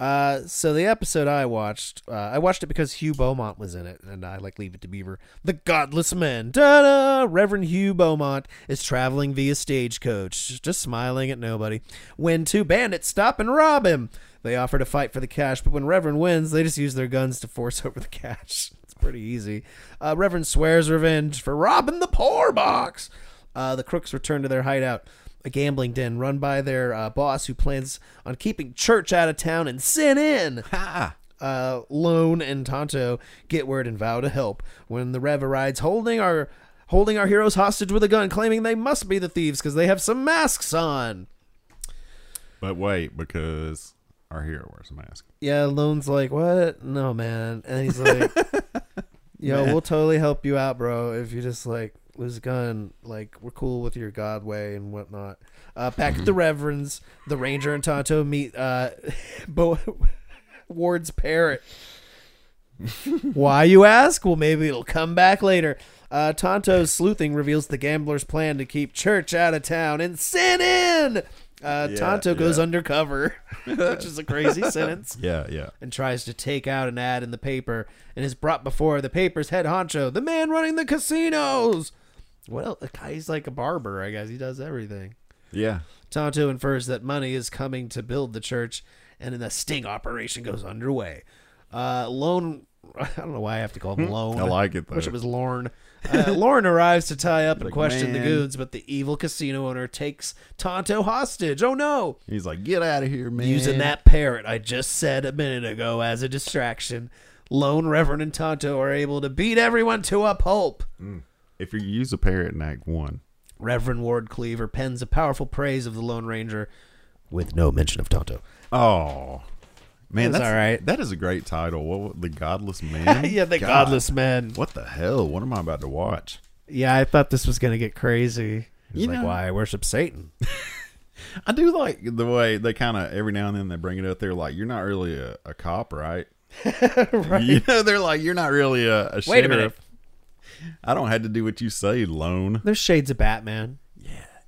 Speaker 2: Uh, so the episode I watched, uh, I watched it because Hugh Beaumont was in it, and I like Leave It to Beaver. The Godless Man, da Reverend Hugh Beaumont is traveling via stagecoach, just smiling at nobody. When two bandits stop and rob him, they offer to fight for the cash, but when Reverend wins, they just use their guns to force over the cash. It's pretty easy. Uh, Reverend swears revenge for robbing the poor box. Uh, the crooks return to their hideout, a gambling den run by their uh, boss who plans on keeping church out of town and sin in.
Speaker 1: Ha!
Speaker 2: Uh, Lone and Tonto get word and vow to help. When the Rev arrives, holding our holding our heroes hostage with a gun, claiming they must be the thieves because they have some masks on.
Speaker 1: But wait, because our hero wears a mask.
Speaker 2: Yeah, Lone's like, "What? No, man." And he's like, "Yo, we'll totally help you out, bro. If you just like lose a gun, like we're cool with your God way and whatnot." Uh, back
Speaker 1: Mm-hmm.
Speaker 2: at the Reverends, the Ranger and Tonto meet uh, Bo- Ward's parrot. Why you ask? Well, maybe it'll come back later. Uh, Tonto's sleuthing reveals the gambler's plan to keep church out of town and sin in. Uh,
Speaker 1: Yeah,
Speaker 2: Tonto goes
Speaker 1: yeah.
Speaker 2: undercover, which is a crazy sentence
Speaker 1: Yeah, yeah.
Speaker 2: and tries to take out an ad in the paper and is brought before the paper's head honcho, the man running the casinos. Well, he's like a barber, I guess. He does everything.
Speaker 1: Yeah.
Speaker 2: Tonto infers that money is coming to build the church, and then the sting operation goes underway. Uh, Lone, I don't know why I have to call him Lone.
Speaker 1: Hmm. I like it, though.
Speaker 2: Wish it was Lorne. Uh, Lorne arrives to tie up and
Speaker 1: Like,
Speaker 2: question the
Speaker 1: man.
Speaker 2: goons, but the evil casino owner takes Tonto hostage. Oh no!
Speaker 1: He's like, get out of here, man.
Speaker 2: using that parrot I just said a minute ago as a distraction. Lone Reverend and Tonto are able to beat everyone to a pulp.
Speaker 1: If you use a parrot in Act One,
Speaker 2: Reverend Ward Cleaver pens a powerful praise of the Lone Ranger with no mention of Tonto.
Speaker 1: oh man,
Speaker 2: That's
Speaker 1: that's
Speaker 2: all right.
Speaker 1: That is a great title. What the Godless Man?
Speaker 2: yeah, the
Speaker 1: God.
Speaker 2: godless men.
Speaker 1: What the hell? What am I about to watch?
Speaker 2: Yeah, I thought this was going to get crazy. He's
Speaker 1: You
Speaker 2: like,
Speaker 1: know-
Speaker 2: why I worship Satan.
Speaker 1: I do like the way they kind of every now and then they bring it up. They're like, you're not really a, a cop, right? You know, they're like, you're not really a, a sheriff.
Speaker 2: Wait a minute.
Speaker 1: I don't have to do what you say, lone.
Speaker 2: There's shades of Batman.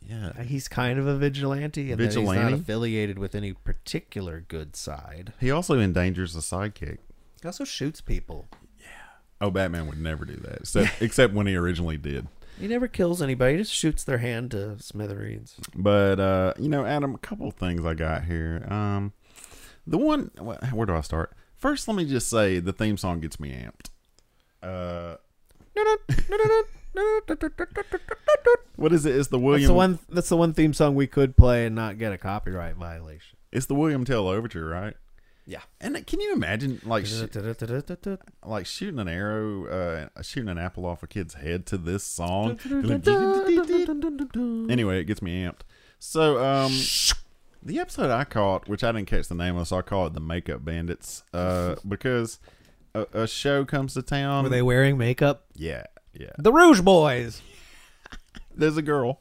Speaker 1: Yeah.
Speaker 2: He's kind of a vigilante, and that he's
Speaker 1: Vigilante?
Speaker 2: not affiliated with any particular good side.
Speaker 1: He also endangers the sidekick.
Speaker 2: He also shoots people.
Speaker 1: Oh, Batman would never do that, except except when he originally did.
Speaker 2: He never kills anybody. He just shoots their hand to smithereens.
Speaker 1: But uh, you know, Adam, a couple of things I got here. Um, The one, wh- where do I start? First, let me just say the theme song gets me amped. Uh, what is it? It's the William.
Speaker 2: That's the one. That's the one theme song we could play and not get a copyright violation.
Speaker 1: It's the William Tell Overture, right?
Speaker 2: Yeah.
Speaker 1: And can you imagine, like, sh-
Speaker 2: That's
Speaker 1: like shooting an arrow, uh, shooting an apple off a kid's head to this song? anyway, it gets me amped. So, um, the episode I caught, which I didn't catch the name of, so I call it the Makeup Bandits, uh, because a, a show comes to town.
Speaker 2: Were they wearing makeup?
Speaker 1: Yeah, yeah.
Speaker 2: The Rouge Boys.
Speaker 1: There's a girl.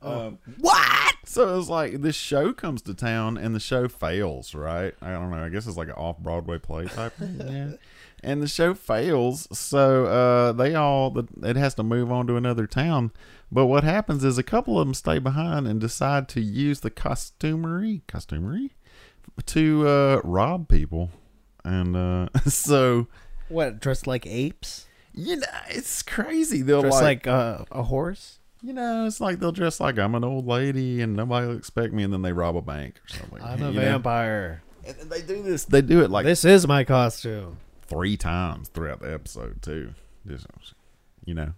Speaker 1: Um,
Speaker 2: What?
Speaker 1: so it's like this show comes to town and the show fails, right? I don't know. I guess it's like an off Broadway play type thing. Yeah. And the show fails, so uh, they all the, it has to move on to another town. But what happens is a couple of them stay behind and decide to use the costumery costumery to uh, rob people, and uh, so
Speaker 2: What? Dressed like apes?
Speaker 1: you know it's crazy. They'll
Speaker 2: Dressed like, uh, a horse?
Speaker 1: you know, it's like they'll dress like I'm an old lady and nobody will expect me, and then they rob a bank or something.
Speaker 2: I'm
Speaker 1: You
Speaker 2: a
Speaker 1: know?
Speaker 2: vampire.
Speaker 1: And they do this. They do it like
Speaker 2: This is my costume.
Speaker 1: three times throughout the episode too. Just, you know.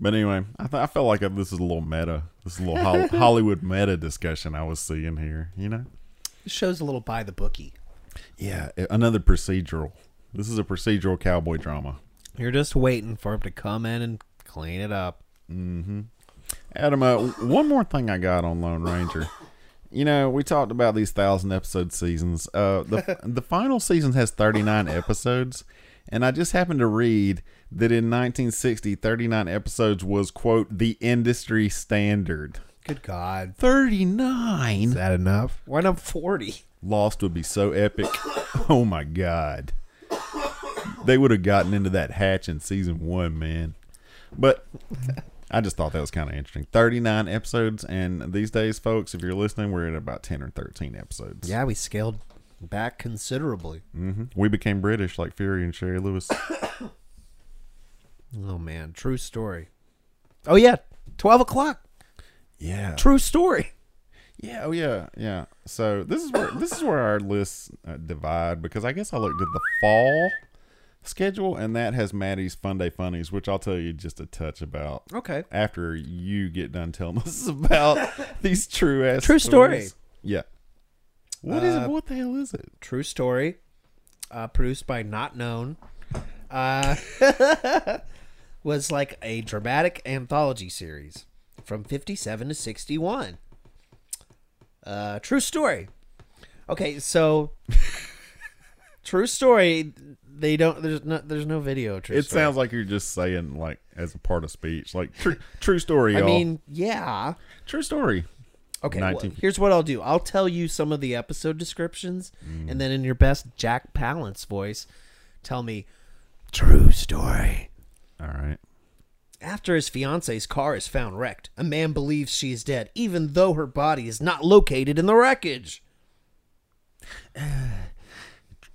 Speaker 1: But anyway, I th- I felt like this is a little meta. This is a little hol- Hollywood meta discussion I was seeing here. You know.
Speaker 2: This show's a little by the bookie.
Speaker 1: Yeah, a- another procedural. This is a procedural cowboy drama.
Speaker 2: You're just waiting for him to come in and clean it up.
Speaker 1: Adam, uh, one more thing I got on Lone Ranger. You know, we talked about these thousand episode seasons. Uh, the the final season has 39 episodes, and I just happened to read that in 1960, 39 episodes was quote the industry standard.
Speaker 2: Good God.
Speaker 1: 39.
Speaker 2: that enough? Why not 40?
Speaker 1: Lost would be so epic. Oh my god. They would have gotten into that hatch in season one, man. But I just thought that was kind of interesting. 39 episodes, and these days, folks, if you're listening, we're at about 10 or 13 episodes.
Speaker 2: Yeah, we scaled back considerably.
Speaker 1: hmm We became British like Fury and Sherry Lewis.
Speaker 2: Oh, man. True story. Oh, yeah. 12 o'clock.
Speaker 1: Yeah.
Speaker 2: True story.
Speaker 1: Yeah, oh yeah, yeah. So this is where this is where our lists uh, divide because I guess I looked at the fall schedule and that has Maddie's Fun Day Funnies, which I'll tell you just a touch about.
Speaker 2: Okay.
Speaker 1: After you get done telling us about these true ass
Speaker 2: True story.
Speaker 1: Yeah. What is
Speaker 2: Uh,
Speaker 1: it? What the hell is it?
Speaker 2: True story. Uh, produced by Not Known. Uh, was like a dramatic anthology series from 57 to 61. Uh, true story. Okay, so true story. They don't. There's no. There's no video. of True
Speaker 1: It
Speaker 2: story.
Speaker 1: sounds like you're just saying like as a part of speech, like true true story.
Speaker 2: I
Speaker 1: y'all.
Speaker 2: mean, yeah.
Speaker 1: true story.
Speaker 2: Okay, well,
Speaker 1: 1950.
Speaker 2: here's what I'll do. I'll tell you some of the episode descriptions, and then in your best Jack Palance voice, tell me true story.
Speaker 1: All right.
Speaker 2: After his fiance's car is found wrecked, a man believes she is dead, even though her body is not located in the wreckage.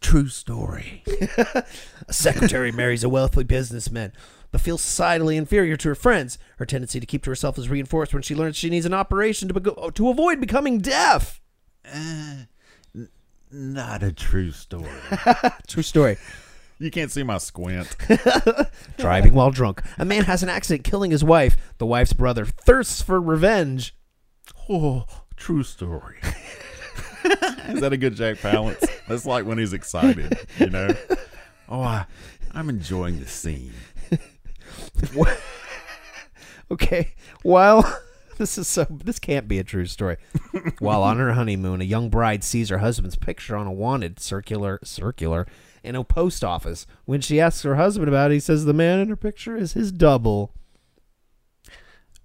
Speaker 4: True story.
Speaker 2: A secretary marries a wealthy businessman, but feels societally inferior to her friends. Her tendency to keep to herself is reinforced when she learns she needs an operation to, bego- to avoid becoming deaf.
Speaker 3: Not a true story.
Speaker 2: True story.
Speaker 1: You can't see my squint.
Speaker 2: driving while drunk. A man has an accident killing his wife. The wife's brother thirsts for revenge.
Speaker 3: Oh, true story.
Speaker 1: Is that a good Jack Palance? That's like when he's excited, you know.
Speaker 3: Oh, I, I'm enjoying the scene.
Speaker 2: Okay. While this is so this can't be a true story. while on her honeymoon, a young bride sees her husband's picture on a wanted circular circular in a post office. When she asks her husband about it, he says the man in her picture is his double.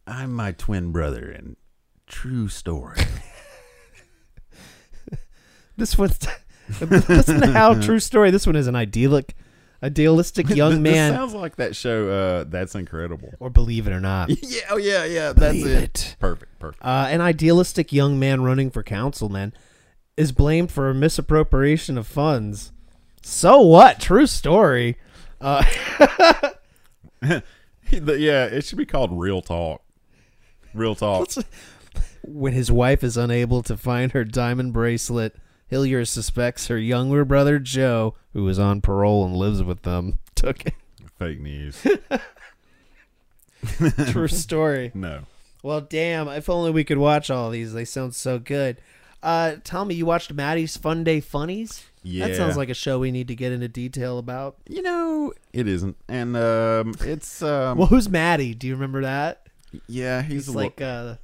Speaker 3: I'm my twin brother, and true story.
Speaker 2: This one's listen to how true story. This one is an idyllic idealistic young
Speaker 1: This- this
Speaker 2: man
Speaker 1: sounds like that show. Uh, that's incredible.
Speaker 2: or believe it or not.
Speaker 1: yeah, oh yeah, yeah. That's
Speaker 2: Believe
Speaker 1: it.
Speaker 2: it.
Speaker 1: Perfect, perfect.
Speaker 2: uh, an idealistic young man running for councilman is blamed for misappropriation of funds. So what? True story. Uh,
Speaker 1: The- yeah, it should be called Real Talk. Real Talk.
Speaker 2: when his wife is unable to find her diamond bracelet, Hillier suspects her younger brother Joe, who is on parole and lives with them, took it.
Speaker 1: Fake news.
Speaker 2: True story.
Speaker 1: No.
Speaker 2: Well, damn, if only we could watch all these. They sound so good. Uh, tell me, you watched Maddie's Fun Day Funnies? That
Speaker 1: Yeah.
Speaker 2: sounds like a show we need to get into detail about.
Speaker 1: You know, it isn't. And um it's um
Speaker 2: Well, who's Maddie? Do you remember that?
Speaker 1: yeah, he's,
Speaker 2: It's
Speaker 1: a
Speaker 2: like
Speaker 1: like
Speaker 2: a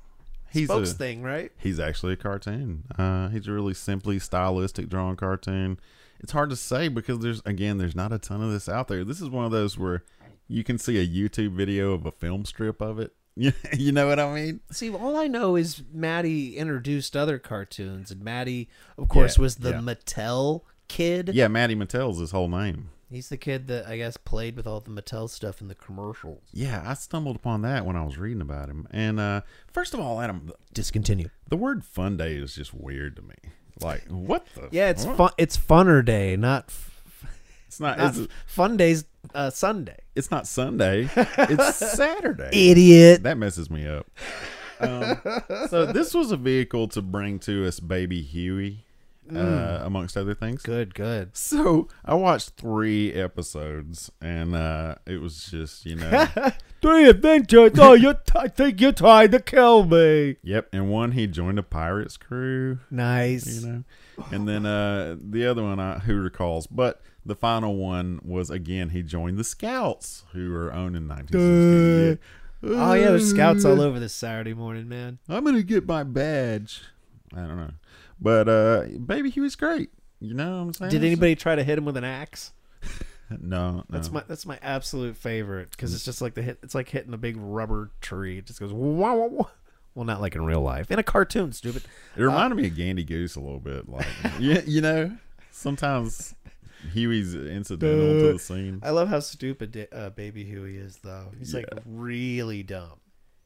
Speaker 1: he's
Speaker 2: spokes
Speaker 1: a,
Speaker 2: thing, right?
Speaker 1: He's actually a cartoon. Uh, he's a really simply stylistic drawn cartoon. It's hard to say because there's again there's not a ton of this out there. This is one of those where you can see a YouTube video of a film strip of it. you know what I mean?
Speaker 2: See, all I know is Maddie introduced other cartoons, and Maddie, of course,
Speaker 1: Yeah,
Speaker 2: was the
Speaker 1: yeah.
Speaker 2: Mattel kid.
Speaker 1: Yeah, Maddie Mattel's his whole name.
Speaker 2: He's the kid that I guess played with all the Mattel stuff in the commercials.
Speaker 1: Yeah, I stumbled upon that when I was reading about him. And uh, first of all, Adam, the,
Speaker 2: Discontinue.
Speaker 1: the word "fun day" is just weird to me. Like, what the?
Speaker 2: Yeah, it's
Speaker 1: fuck?
Speaker 2: fun. It's Funner Day, not, f-
Speaker 1: It's not.
Speaker 2: not
Speaker 1: It's,
Speaker 2: Fun Day's uh, Sunday.
Speaker 1: it's not Sunday. It's Saturday.
Speaker 2: Idiot.
Speaker 1: That messes me up. Um, so this was a vehicle to bring to us baby Huey, uh, amongst other things.
Speaker 2: Mm. Good, good.
Speaker 1: So I watched three episodes, and uh, it was just you know,
Speaker 2: Do you think you're, oh, you're t- I think you're trying to kill me?
Speaker 1: yep. And one he joined a pirates crew,
Speaker 2: Nice.
Speaker 1: you know, and then uh, the other one I, who recalls, but the final one was again he joined the Scouts, who were owned in 1968.
Speaker 2: Oh, yeah, there's scouts all over this Saturday morning, man.
Speaker 1: I'm gonna get my badge. I don't know, but uh, baby, he was great. You know what I'm saying?
Speaker 2: Did anybody try to hit him with an axe?
Speaker 1: No, no.
Speaker 2: That's my that's my absolute favorite because it's just like the hit. It's like hitting a big rubber tree. It just goes wow, wow, wow. Well, not like in real life, in a cartoon, stupid.
Speaker 1: It reminded me of Gandy Goose a little bit. Like, you, you know, sometimes Huey's incidental to the scene.
Speaker 2: I love how stupid da- uh, Baby Huey is, though. He's like really dumb.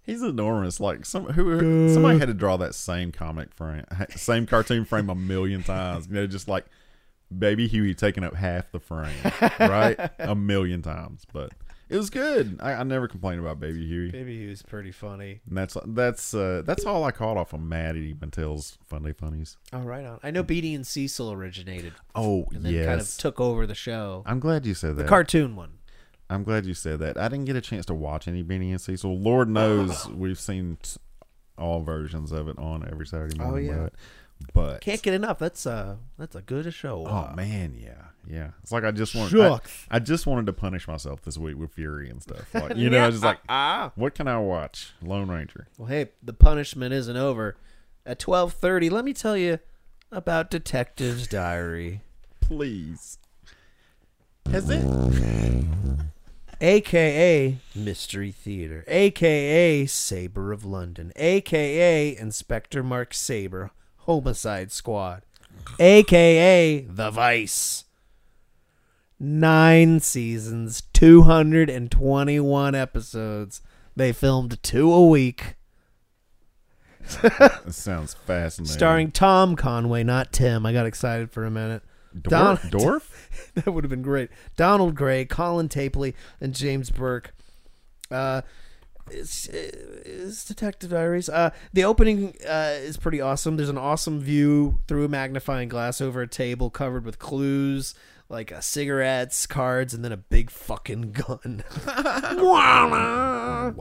Speaker 1: He's enormous. Like, some who somebody had to draw that same comic frame, same cartoon frame a million times. You know, just like baby Huey taking up half the frame, right? a million times, but. It was good. I, I never complained about Baby Huey.
Speaker 2: Baby Huey's pretty funny.
Speaker 1: And that's that's uh, that's all I caught off of Maddie Mattel's Fun Day Funnies.
Speaker 2: All Oh, right, on. I know Beatty and Cecil originated
Speaker 1: Oh
Speaker 2: and then kind of took over the show,
Speaker 1: I'm glad you said that.
Speaker 2: cartoon one.
Speaker 1: I'm glad you said that. I didn't get a chance to watch any Beanie and Cecil. Lord knows we've seen t- all versions of it on every Saturday morning.
Speaker 2: Oh, yeah.
Speaker 1: but, but
Speaker 2: Can't get enough. That's a that's a good show.
Speaker 1: oh man, yeah, yeah. It's like I just want. I,
Speaker 2: Shucks.
Speaker 1: I just wanted to punish myself this week with Fury and stuff. Like you know, I was just like, what can I watch? Lone Ranger.
Speaker 2: Well, hey, the punishment isn't over. At twelve thirty, let me tell you about Detective's Diary,
Speaker 1: Please. Has it?
Speaker 2: aka Mystery Theater, aka Saber of London, aka Inspector Mark Saber, Homicide Squad, aka The Vice. Nine seasons, two hundred and twenty-one episodes. They filmed two a week,
Speaker 1: It sounds fascinating.
Speaker 2: starring Tom Conway, not Tim. I got excited for a minute. Don-
Speaker 1: Dorf. Dorf?
Speaker 2: that would have been great. Donald Gray, Colin Tapley, and James Burke. Uh, it's, it's Detective Diaries. Uh, the opening uh, is pretty awesome. There's an awesome view through a magnifying glass over a table covered with clues like uh, cigarettes, cards, and then a big fucking gun.
Speaker 1: Wow.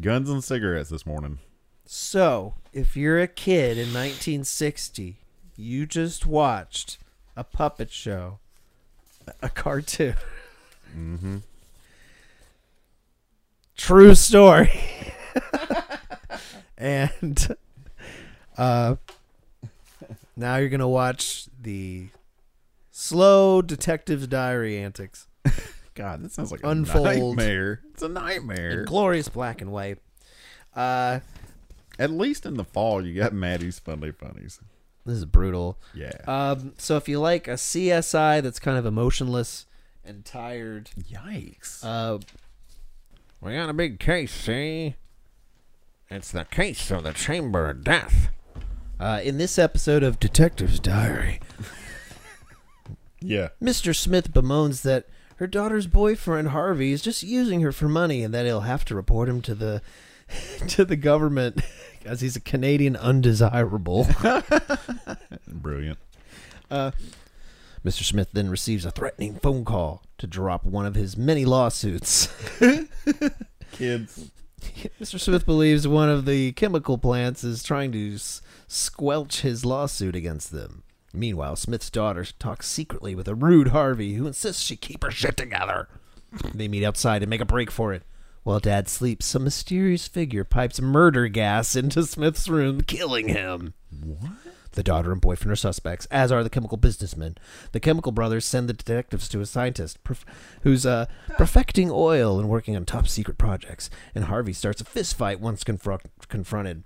Speaker 1: Guns and cigarettes this morning.
Speaker 2: So, if you're a kid in 1960, you just watched a puppet show, a cartoon. Mm-hmm. True story. and uh, now you're going to watch the slow detective's diary antics.
Speaker 1: God, that sounds like a
Speaker 2: Unfold.
Speaker 1: nightmare. It's a nightmare.
Speaker 2: Glorious black and white. Uh,
Speaker 1: At least in the fall, you got Maddie's Funday Funnies.
Speaker 2: this is brutal.
Speaker 1: Yeah.
Speaker 2: Um, so if you like a CSI that's kind of emotionless and tired,
Speaker 1: Yikes.
Speaker 2: uh,
Speaker 5: We got a big case, see? It's the case of the Chamber of Death.
Speaker 2: uh, in this episode of Detective's Diary,
Speaker 1: yeah.
Speaker 2: Mr. Smith bemoans that her daughter's boyfriend Harvey is just using her for money and that he'll have to report him to the to the government because he's a Canadian undesirable.
Speaker 1: Brilliant.
Speaker 2: Mr. Smith then receives a threatening phone call to drop one of his many lawsuits.
Speaker 1: Kids.
Speaker 2: Mr. Smith believes one of the chemical plants is trying to s- squelch his lawsuit against them. Meanwhile, Smith's daughter talks secretly with a rude Harvey who insists she keep her shit together. They meet outside and make a break for it. While Dad sleeps, some mysterious figure pipes murder gas into Smith's room, killing him. The daughter and boyfriend are suspects, as are the chemical businessmen. The chemical brothers send the detectives to a scientist perf- who's uh, perfecting oil and working on top secret projects. And Harvey starts a fist fight once confro- confronted.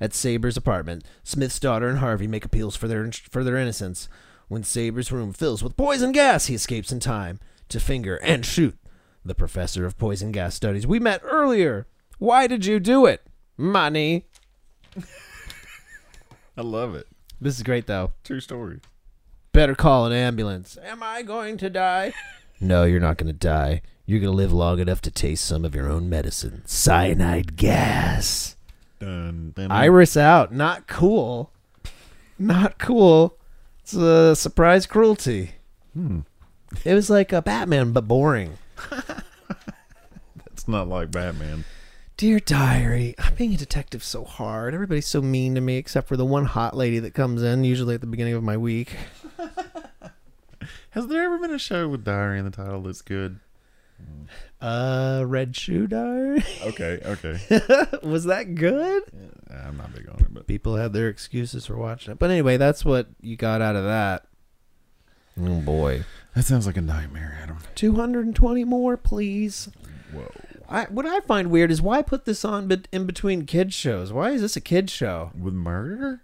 Speaker 2: At Saber's apartment, Smith's daughter and Harvey make appeals for their for their innocence. When Saber's room fills with poison gas, he escapes in time to finger and shoot the professor of poison gas studies we met earlier. Why did you do it? Money.
Speaker 1: I love it.
Speaker 2: This is great though.
Speaker 1: True story.
Speaker 2: Better call an ambulance. Am I going to die? No, you're not going to die. You're going to live long enough to taste some of your own medicine. Cyanide gas.
Speaker 1: Dun, dun,
Speaker 2: Iris out. Not cool. Not cool. It's a surprise cruelty. It was like a Batman, but boring.
Speaker 1: it's not like Batman.
Speaker 2: Dear diary, I'm being a detective so hard. Everybody's so mean to me, except for the one hot lady that comes in usually at the beginning of my week.
Speaker 1: Has there ever been a show with diary in the title that's good?
Speaker 2: Uh, Red Shoe Diary.
Speaker 1: Okay, okay.
Speaker 2: was that good?
Speaker 1: I'm not big on it, but
Speaker 2: people had their excuses for watching it. But anyway, that's what you got out of that. Oh boy,
Speaker 1: that sounds like a nightmare, Adam.
Speaker 2: two hundred and twenty more, please.
Speaker 1: Whoa.
Speaker 2: I, what I find weird is why put this on bet- in between kids shows? Why is this a kid show?
Speaker 1: With murder?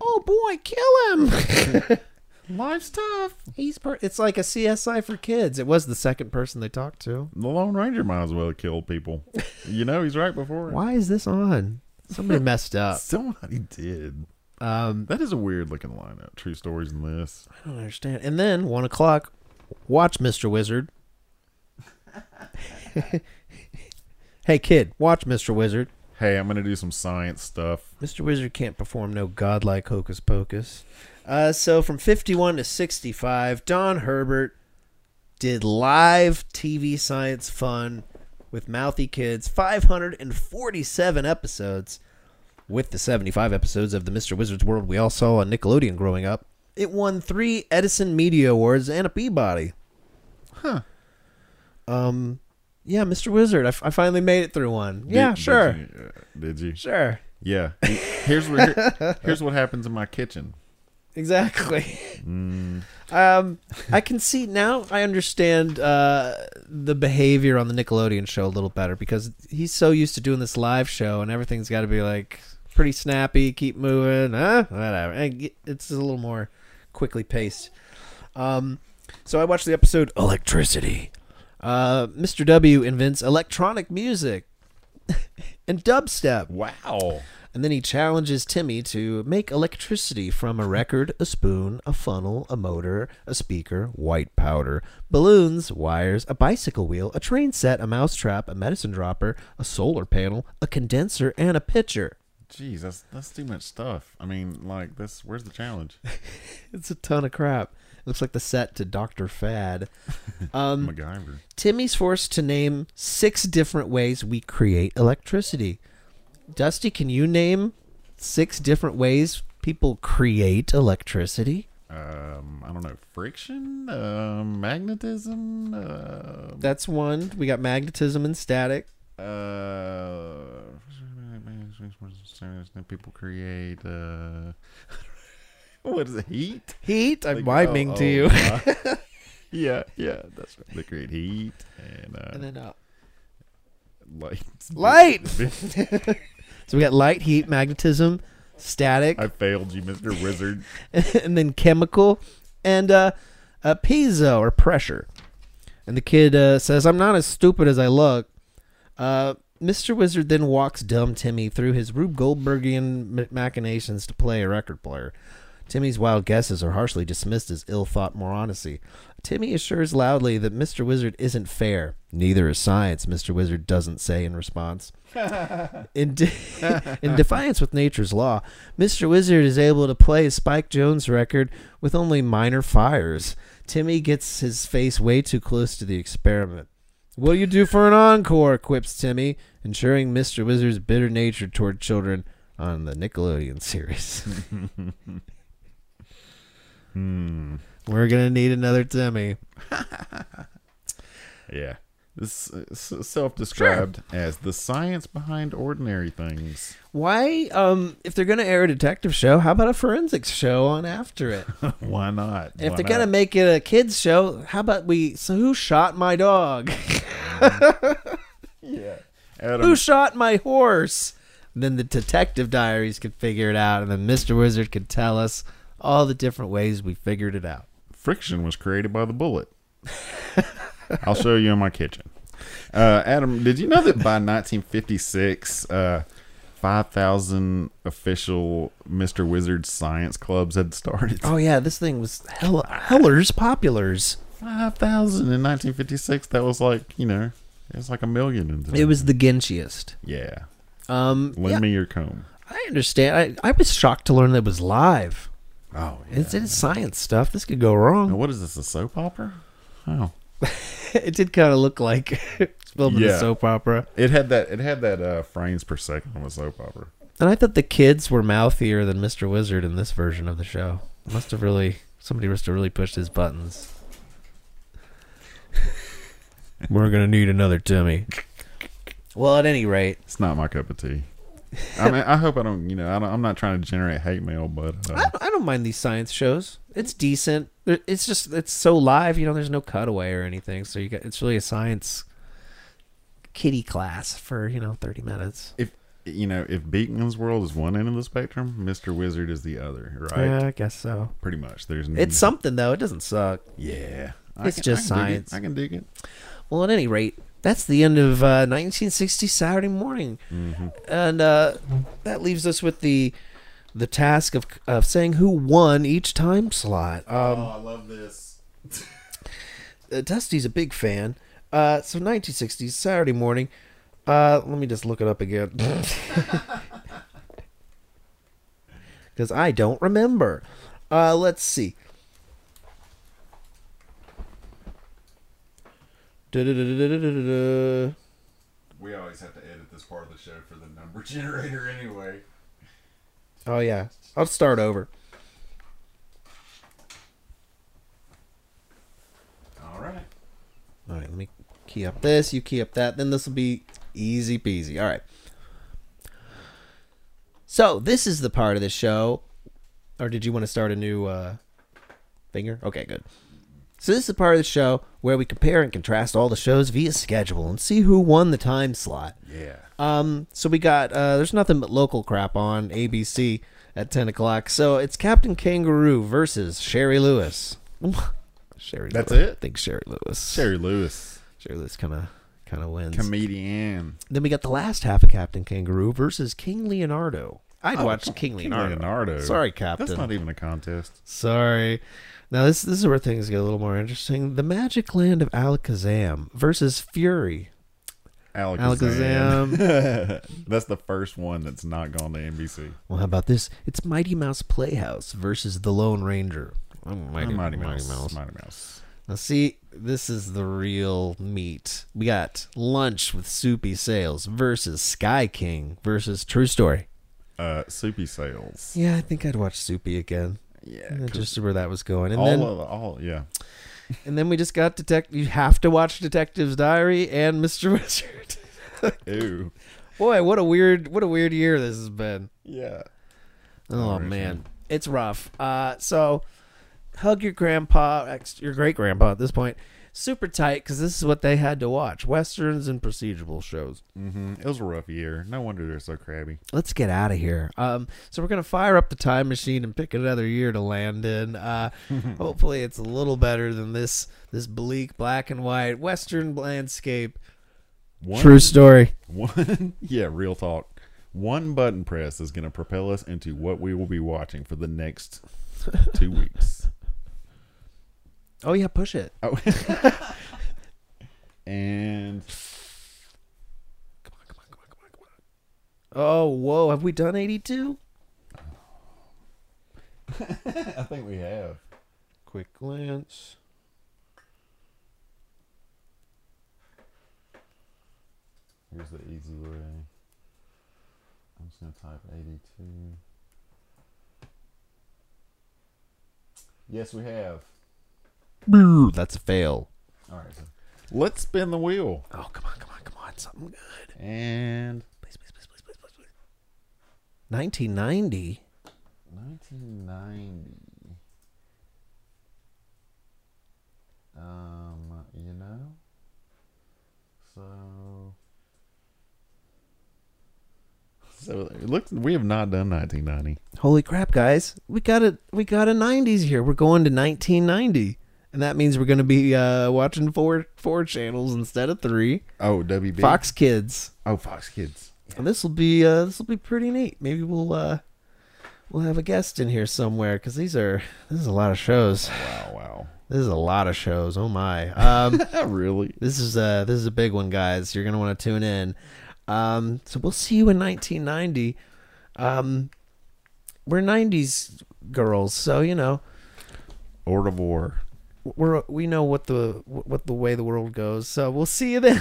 Speaker 2: Oh boy, kill him!
Speaker 1: Life's tough.
Speaker 2: He's per- it's like a CSI for kids. It was the second person they talked to.
Speaker 1: The Lone Ranger might as well kill people. You know, he's right before it.
Speaker 2: Why is this on? Somebody messed up.
Speaker 1: Somebody did.
Speaker 2: Um,
Speaker 1: That is a weird looking lineup. True stories in this.
Speaker 2: I don't understand. And then one o'clock, watch Mr. Wizard. hey kid, watch Mr. Wizard.
Speaker 1: Hey, I'm gonna do some science stuff.
Speaker 2: Mr. Wizard can't perform no godlike hocus pocus. Uh, so from 51 to 65, Don Herbert did live TV science fun with Mouthy Kids, 547 episodes with the 75 episodes of the Mr. Wizard's World we all saw on Nickelodeon growing up. It won three Edison Media Awards and a Peabody. Huh. Um, yeah, Mr. Wizard, I, f- I finally made it through one.
Speaker 1: Did-
Speaker 2: yeah,
Speaker 1: did
Speaker 2: sure,
Speaker 1: you- uh, Did you?
Speaker 2: sure,
Speaker 1: Yeah. Here's what here's what happens in my kitchen.
Speaker 2: exactly. Um, I can see now. I understand uh, the behavior on the Nickelodeon show a little better because he's so used to doing this live show, and everything's got to be like pretty snappy, keep moving, huh? Whatever. And y- It's a little more quickly paced. Um, so I watched the episode "Electricity." Uh, Mr. W invents electronic music and dubstep.
Speaker 1: Wow.
Speaker 2: And then he challenges Timmy to make electricity from a record, a spoon, a funnel, a motor, a speaker, white powder, balloons, wires, a bicycle wheel, a train set, a mousetrap, a medicine dropper, a solar panel, a condenser, and a pitcher.
Speaker 1: Jeez, that's that's too much stuff. I mean, like this. Where's the challenge?
Speaker 2: It's a ton of crap. Looks like the set to Dr. Fad. Um,
Speaker 1: MacGyver.
Speaker 2: Timmy's forced to name six different ways we create electricity. Dusty, can you name six different ways people create electricity?
Speaker 1: Um, I don't know. Friction. Um, magnetism. um,
Speaker 2: That's one. We got magnetism and static.
Speaker 1: Uh, people create. Uh, what is it? Heat.
Speaker 2: Heat. I'm
Speaker 1: Like,
Speaker 2: miming
Speaker 1: oh,
Speaker 2: to
Speaker 1: oh,
Speaker 2: you.
Speaker 1: uh, yeah, yeah, that's right. They create heat and, uh,
Speaker 2: and then uh,
Speaker 1: lights.
Speaker 2: light. so we got light, heat, magnetism, static,
Speaker 1: I failed you, Mister Wizard.
Speaker 2: and then chemical, and uh, uh, piezo or pressure. And the kid uh, says, "I'm not as stupid as I look." Uh, Mr. Wizard then walks dumb Timmy through his Rube Goldbergian ma- machinations to play a record player. Timmy's wild guesses are harshly dismissed as ill thought moronicy. Timmy assures loudly that Mr. Wizard isn't fair. Neither is science, Mr. Wizard doesn't say in response. in, de- in defiance with nature's law, Mr. Wizard is able to play Spike Jones' record with only minor fires. Timmy gets his face way too close to the experiment. What'll you do for an encore? quips Timmy, ensuring Mr. Wizard's bitter nature toward children on the Nickelodeon series.
Speaker 1: Hmm,
Speaker 2: We're gonna need another Timmy.
Speaker 1: Yeah. This is self described as the science behind ordinary things.
Speaker 2: Why? Um, if they're gonna air a detective show, how about a forensics show on after it?
Speaker 1: Why not?
Speaker 2: And if
Speaker 1: Why
Speaker 2: they're
Speaker 1: not?
Speaker 2: gonna make it a kids show, how about we? So who shot my dog?
Speaker 1: Adam,
Speaker 2: who shot my horse? And then the detective diaries could figure it out, and then Mister Wizard could tell us all the different ways we figured it out.
Speaker 1: friction was created by the bullet. I'll show you in my kitchen. Uh, Adam, did you know that by 1956, uh, 5,000 official Mr. Wizard science clubs had started?
Speaker 2: Oh yeah, this thing was hell, hellers populars.
Speaker 1: 5,000 in 1956. That was like, you know, it was like a million. In today.
Speaker 2: It was the ginchiest.
Speaker 1: Yeah.
Speaker 2: Um,
Speaker 1: Lend
Speaker 2: yeah,
Speaker 1: me your comb.
Speaker 2: I understand. I, I was shocked to learn that it was live.
Speaker 1: Oh,
Speaker 2: It's, it's science stuff. This could go
Speaker 1: Now,
Speaker 2: wrong.
Speaker 1: what is this, a soap opera? Oh.
Speaker 2: it did kind of look like it's filmed in
Speaker 1: Yeah.
Speaker 2: a soap opera.
Speaker 1: It had that. It had that uh, frames per second of a soap opera.
Speaker 2: And I thought the kids were mouthier than Mr. Wizard in this version of the show. Must have really somebody must have really pushed his buttons. We're gonna need another Timmy. Well, at any rate,
Speaker 1: It's not my cup of tea. I mean, I hope I don't. You know, I don't, I'm not trying to generate hate mail, but
Speaker 2: I,
Speaker 1: uh,
Speaker 2: I don't mind these science shows. It's decent. There- It's just it's so live. You know, there's no cutaway or anything. So you got it's really a science kitty class for you know 30 minutes.
Speaker 1: if you know, if Beekman's world is one end of the spectrum, Mister Wizard is the other, right? Hmm.
Speaker 2: Yeah, I guess so.
Speaker 1: Pretty much. There's n-
Speaker 2: It's something though. It doesn't suck.
Speaker 1: Yeah,
Speaker 2: It's just
Speaker 1: dig it.
Speaker 2: science.
Speaker 1: I can dig it.
Speaker 2: Well, at any rate, that's the end of uh, 1960 Saturday morning, and uh, that leaves us with the the task of of saying who won each time slot.
Speaker 1: oh, I love this.
Speaker 2: uh, Dusty's a big fan. Uh, so 1960s Saturday morning. Uh, let me just look it up again. Because I don't remember. Uh, let's see. Du-du-du-du-du-du-du-du.
Speaker 1: We always have to edit this part of the show for the number generator, anyway.
Speaker 2: Oh yeah, I'll start over.
Speaker 1: All right.
Speaker 2: All right, let me key up this. You key up that. Then this will be easy peasy. All right. So this is the part of the show, or did you want to start a new uh, finger? Okay, good. So this is the part of the show where we compare and contrast all the shows via schedule and see who won the time slot.
Speaker 1: Yeah.
Speaker 2: Um, so we got uh, there's nothing but local crap on ABC at ten o'clock. So it's Captain Kangaroo versus Sherry Lewis. Sherry,
Speaker 1: That's
Speaker 2: Lewis.
Speaker 1: it?
Speaker 2: I think Sherry Lewis.
Speaker 1: Sherry Lewis,
Speaker 2: Sure, this kind of kind of wins.
Speaker 1: comedian.
Speaker 2: then we got the last half of Captain Kangaroo versus King Leonardo. I'd watch King Leonardo.
Speaker 1: Oh, Leonardo.
Speaker 2: Sorry, Captain.
Speaker 1: That's not even a contest.
Speaker 2: Sorry. Now this this is where things get a little more interesting. The Magic Land of Alakazam versus Fury.
Speaker 1: Alakazam.
Speaker 2: Alakazam.
Speaker 1: That's the first one that's not gone to NBC.
Speaker 2: well, how about this? It's Mighty Mouse Playhouse versus the Lone Ranger. Oh, Mighty,
Speaker 1: Mighty Mouse. Mighty Mouse.
Speaker 2: Now, see, this is the real meat. We got lunch with Soupy Sales versus Sky King versus True Story.
Speaker 1: Uh, Soupy Sales.
Speaker 2: Yeah, I think I'd watch Soupy again.
Speaker 1: Yeah.
Speaker 2: Yeah, just where that was going, and
Speaker 1: all
Speaker 2: then
Speaker 1: of the, all yeah.
Speaker 2: and then we just got detect. You have to watch Detective's Diary and Mister Wizard.
Speaker 1: Ew.
Speaker 2: Boy, what a weird what a weird year this has been.
Speaker 1: Yeah.
Speaker 2: Oh man, it's rough. Uh, so hug your grandpa, ex- your great grandpa at this point, super tight because this is what they had to watch: westerns and procedural shows.
Speaker 1: Mm, It was a rough year. No wonder they're so crabby.
Speaker 2: let's get out of here. Um, so we're gonna fire up the time machine and pick another year to land in. Uh, hopefully, it's a little better than this this bleak black and white Western landscape.
Speaker 1: One,
Speaker 2: story.
Speaker 1: One. Yeah. Real talk. One button press is going to propel us into what we will be watching for the next two weeks.
Speaker 2: Oh yeah, push it.
Speaker 1: Oh. and
Speaker 2: Oh whoa, have we done eighty two?
Speaker 1: I think we have.
Speaker 2: Quick glance.
Speaker 1: Here's the easy way. I'm just gonna type 82. Yes, we have.
Speaker 2: Boo, that's a fail.
Speaker 1: All right. So let's spin the wheel.
Speaker 2: Oh come on, come on, come on, something good.
Speaker 1: And
Speaker 2: Please, please, please, please, please, please, please. Nineteen ninety.
Speaker 1: 1990. Um, you know. So. So it looks we have not done 1990.
Speaker 2: Holy crap, guys. We got a we got a nineties here. We're going to nineteen ninety. And that means we're gonna be uh, watching four four channels instead of three.
Speaker 1: Oh, WB.
Speaker 2: Fox Kids.
Speaker 1: Oh, Fox Kids.
Speaker 2: And this will be uh, this will be pretty neat. Maybe we'll uh, we'll have a guest in here somewhere because these are this is a lot of shows.
Speaker 1: Wow,
Speaker 2: This is a lot of shows. Oh my! Um,
Speaker 1: wow. really?
Speaker 2: this is uh this is a big one, guys. You're gonna want to tune in. Um, so we'll see you in 1990. Um, we're 90s girls, so you know
Speaker 1: Ortivore.
Speaker 2: we're we know what the what the way the world goes. So we'll see you then.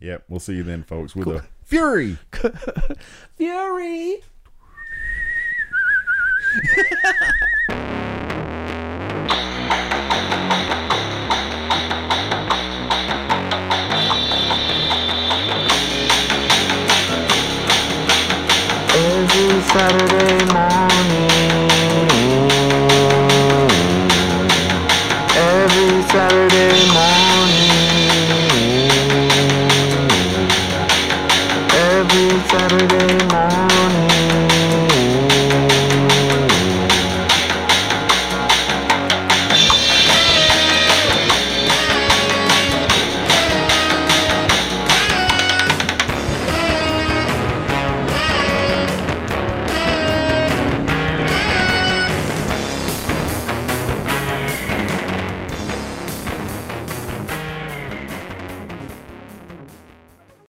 Speaker 1: Yep, we'll see you then, folks. With a fury.
Speaker 2: Fury.
Speaker 6: Every Saturday morning. Every Saturday morning.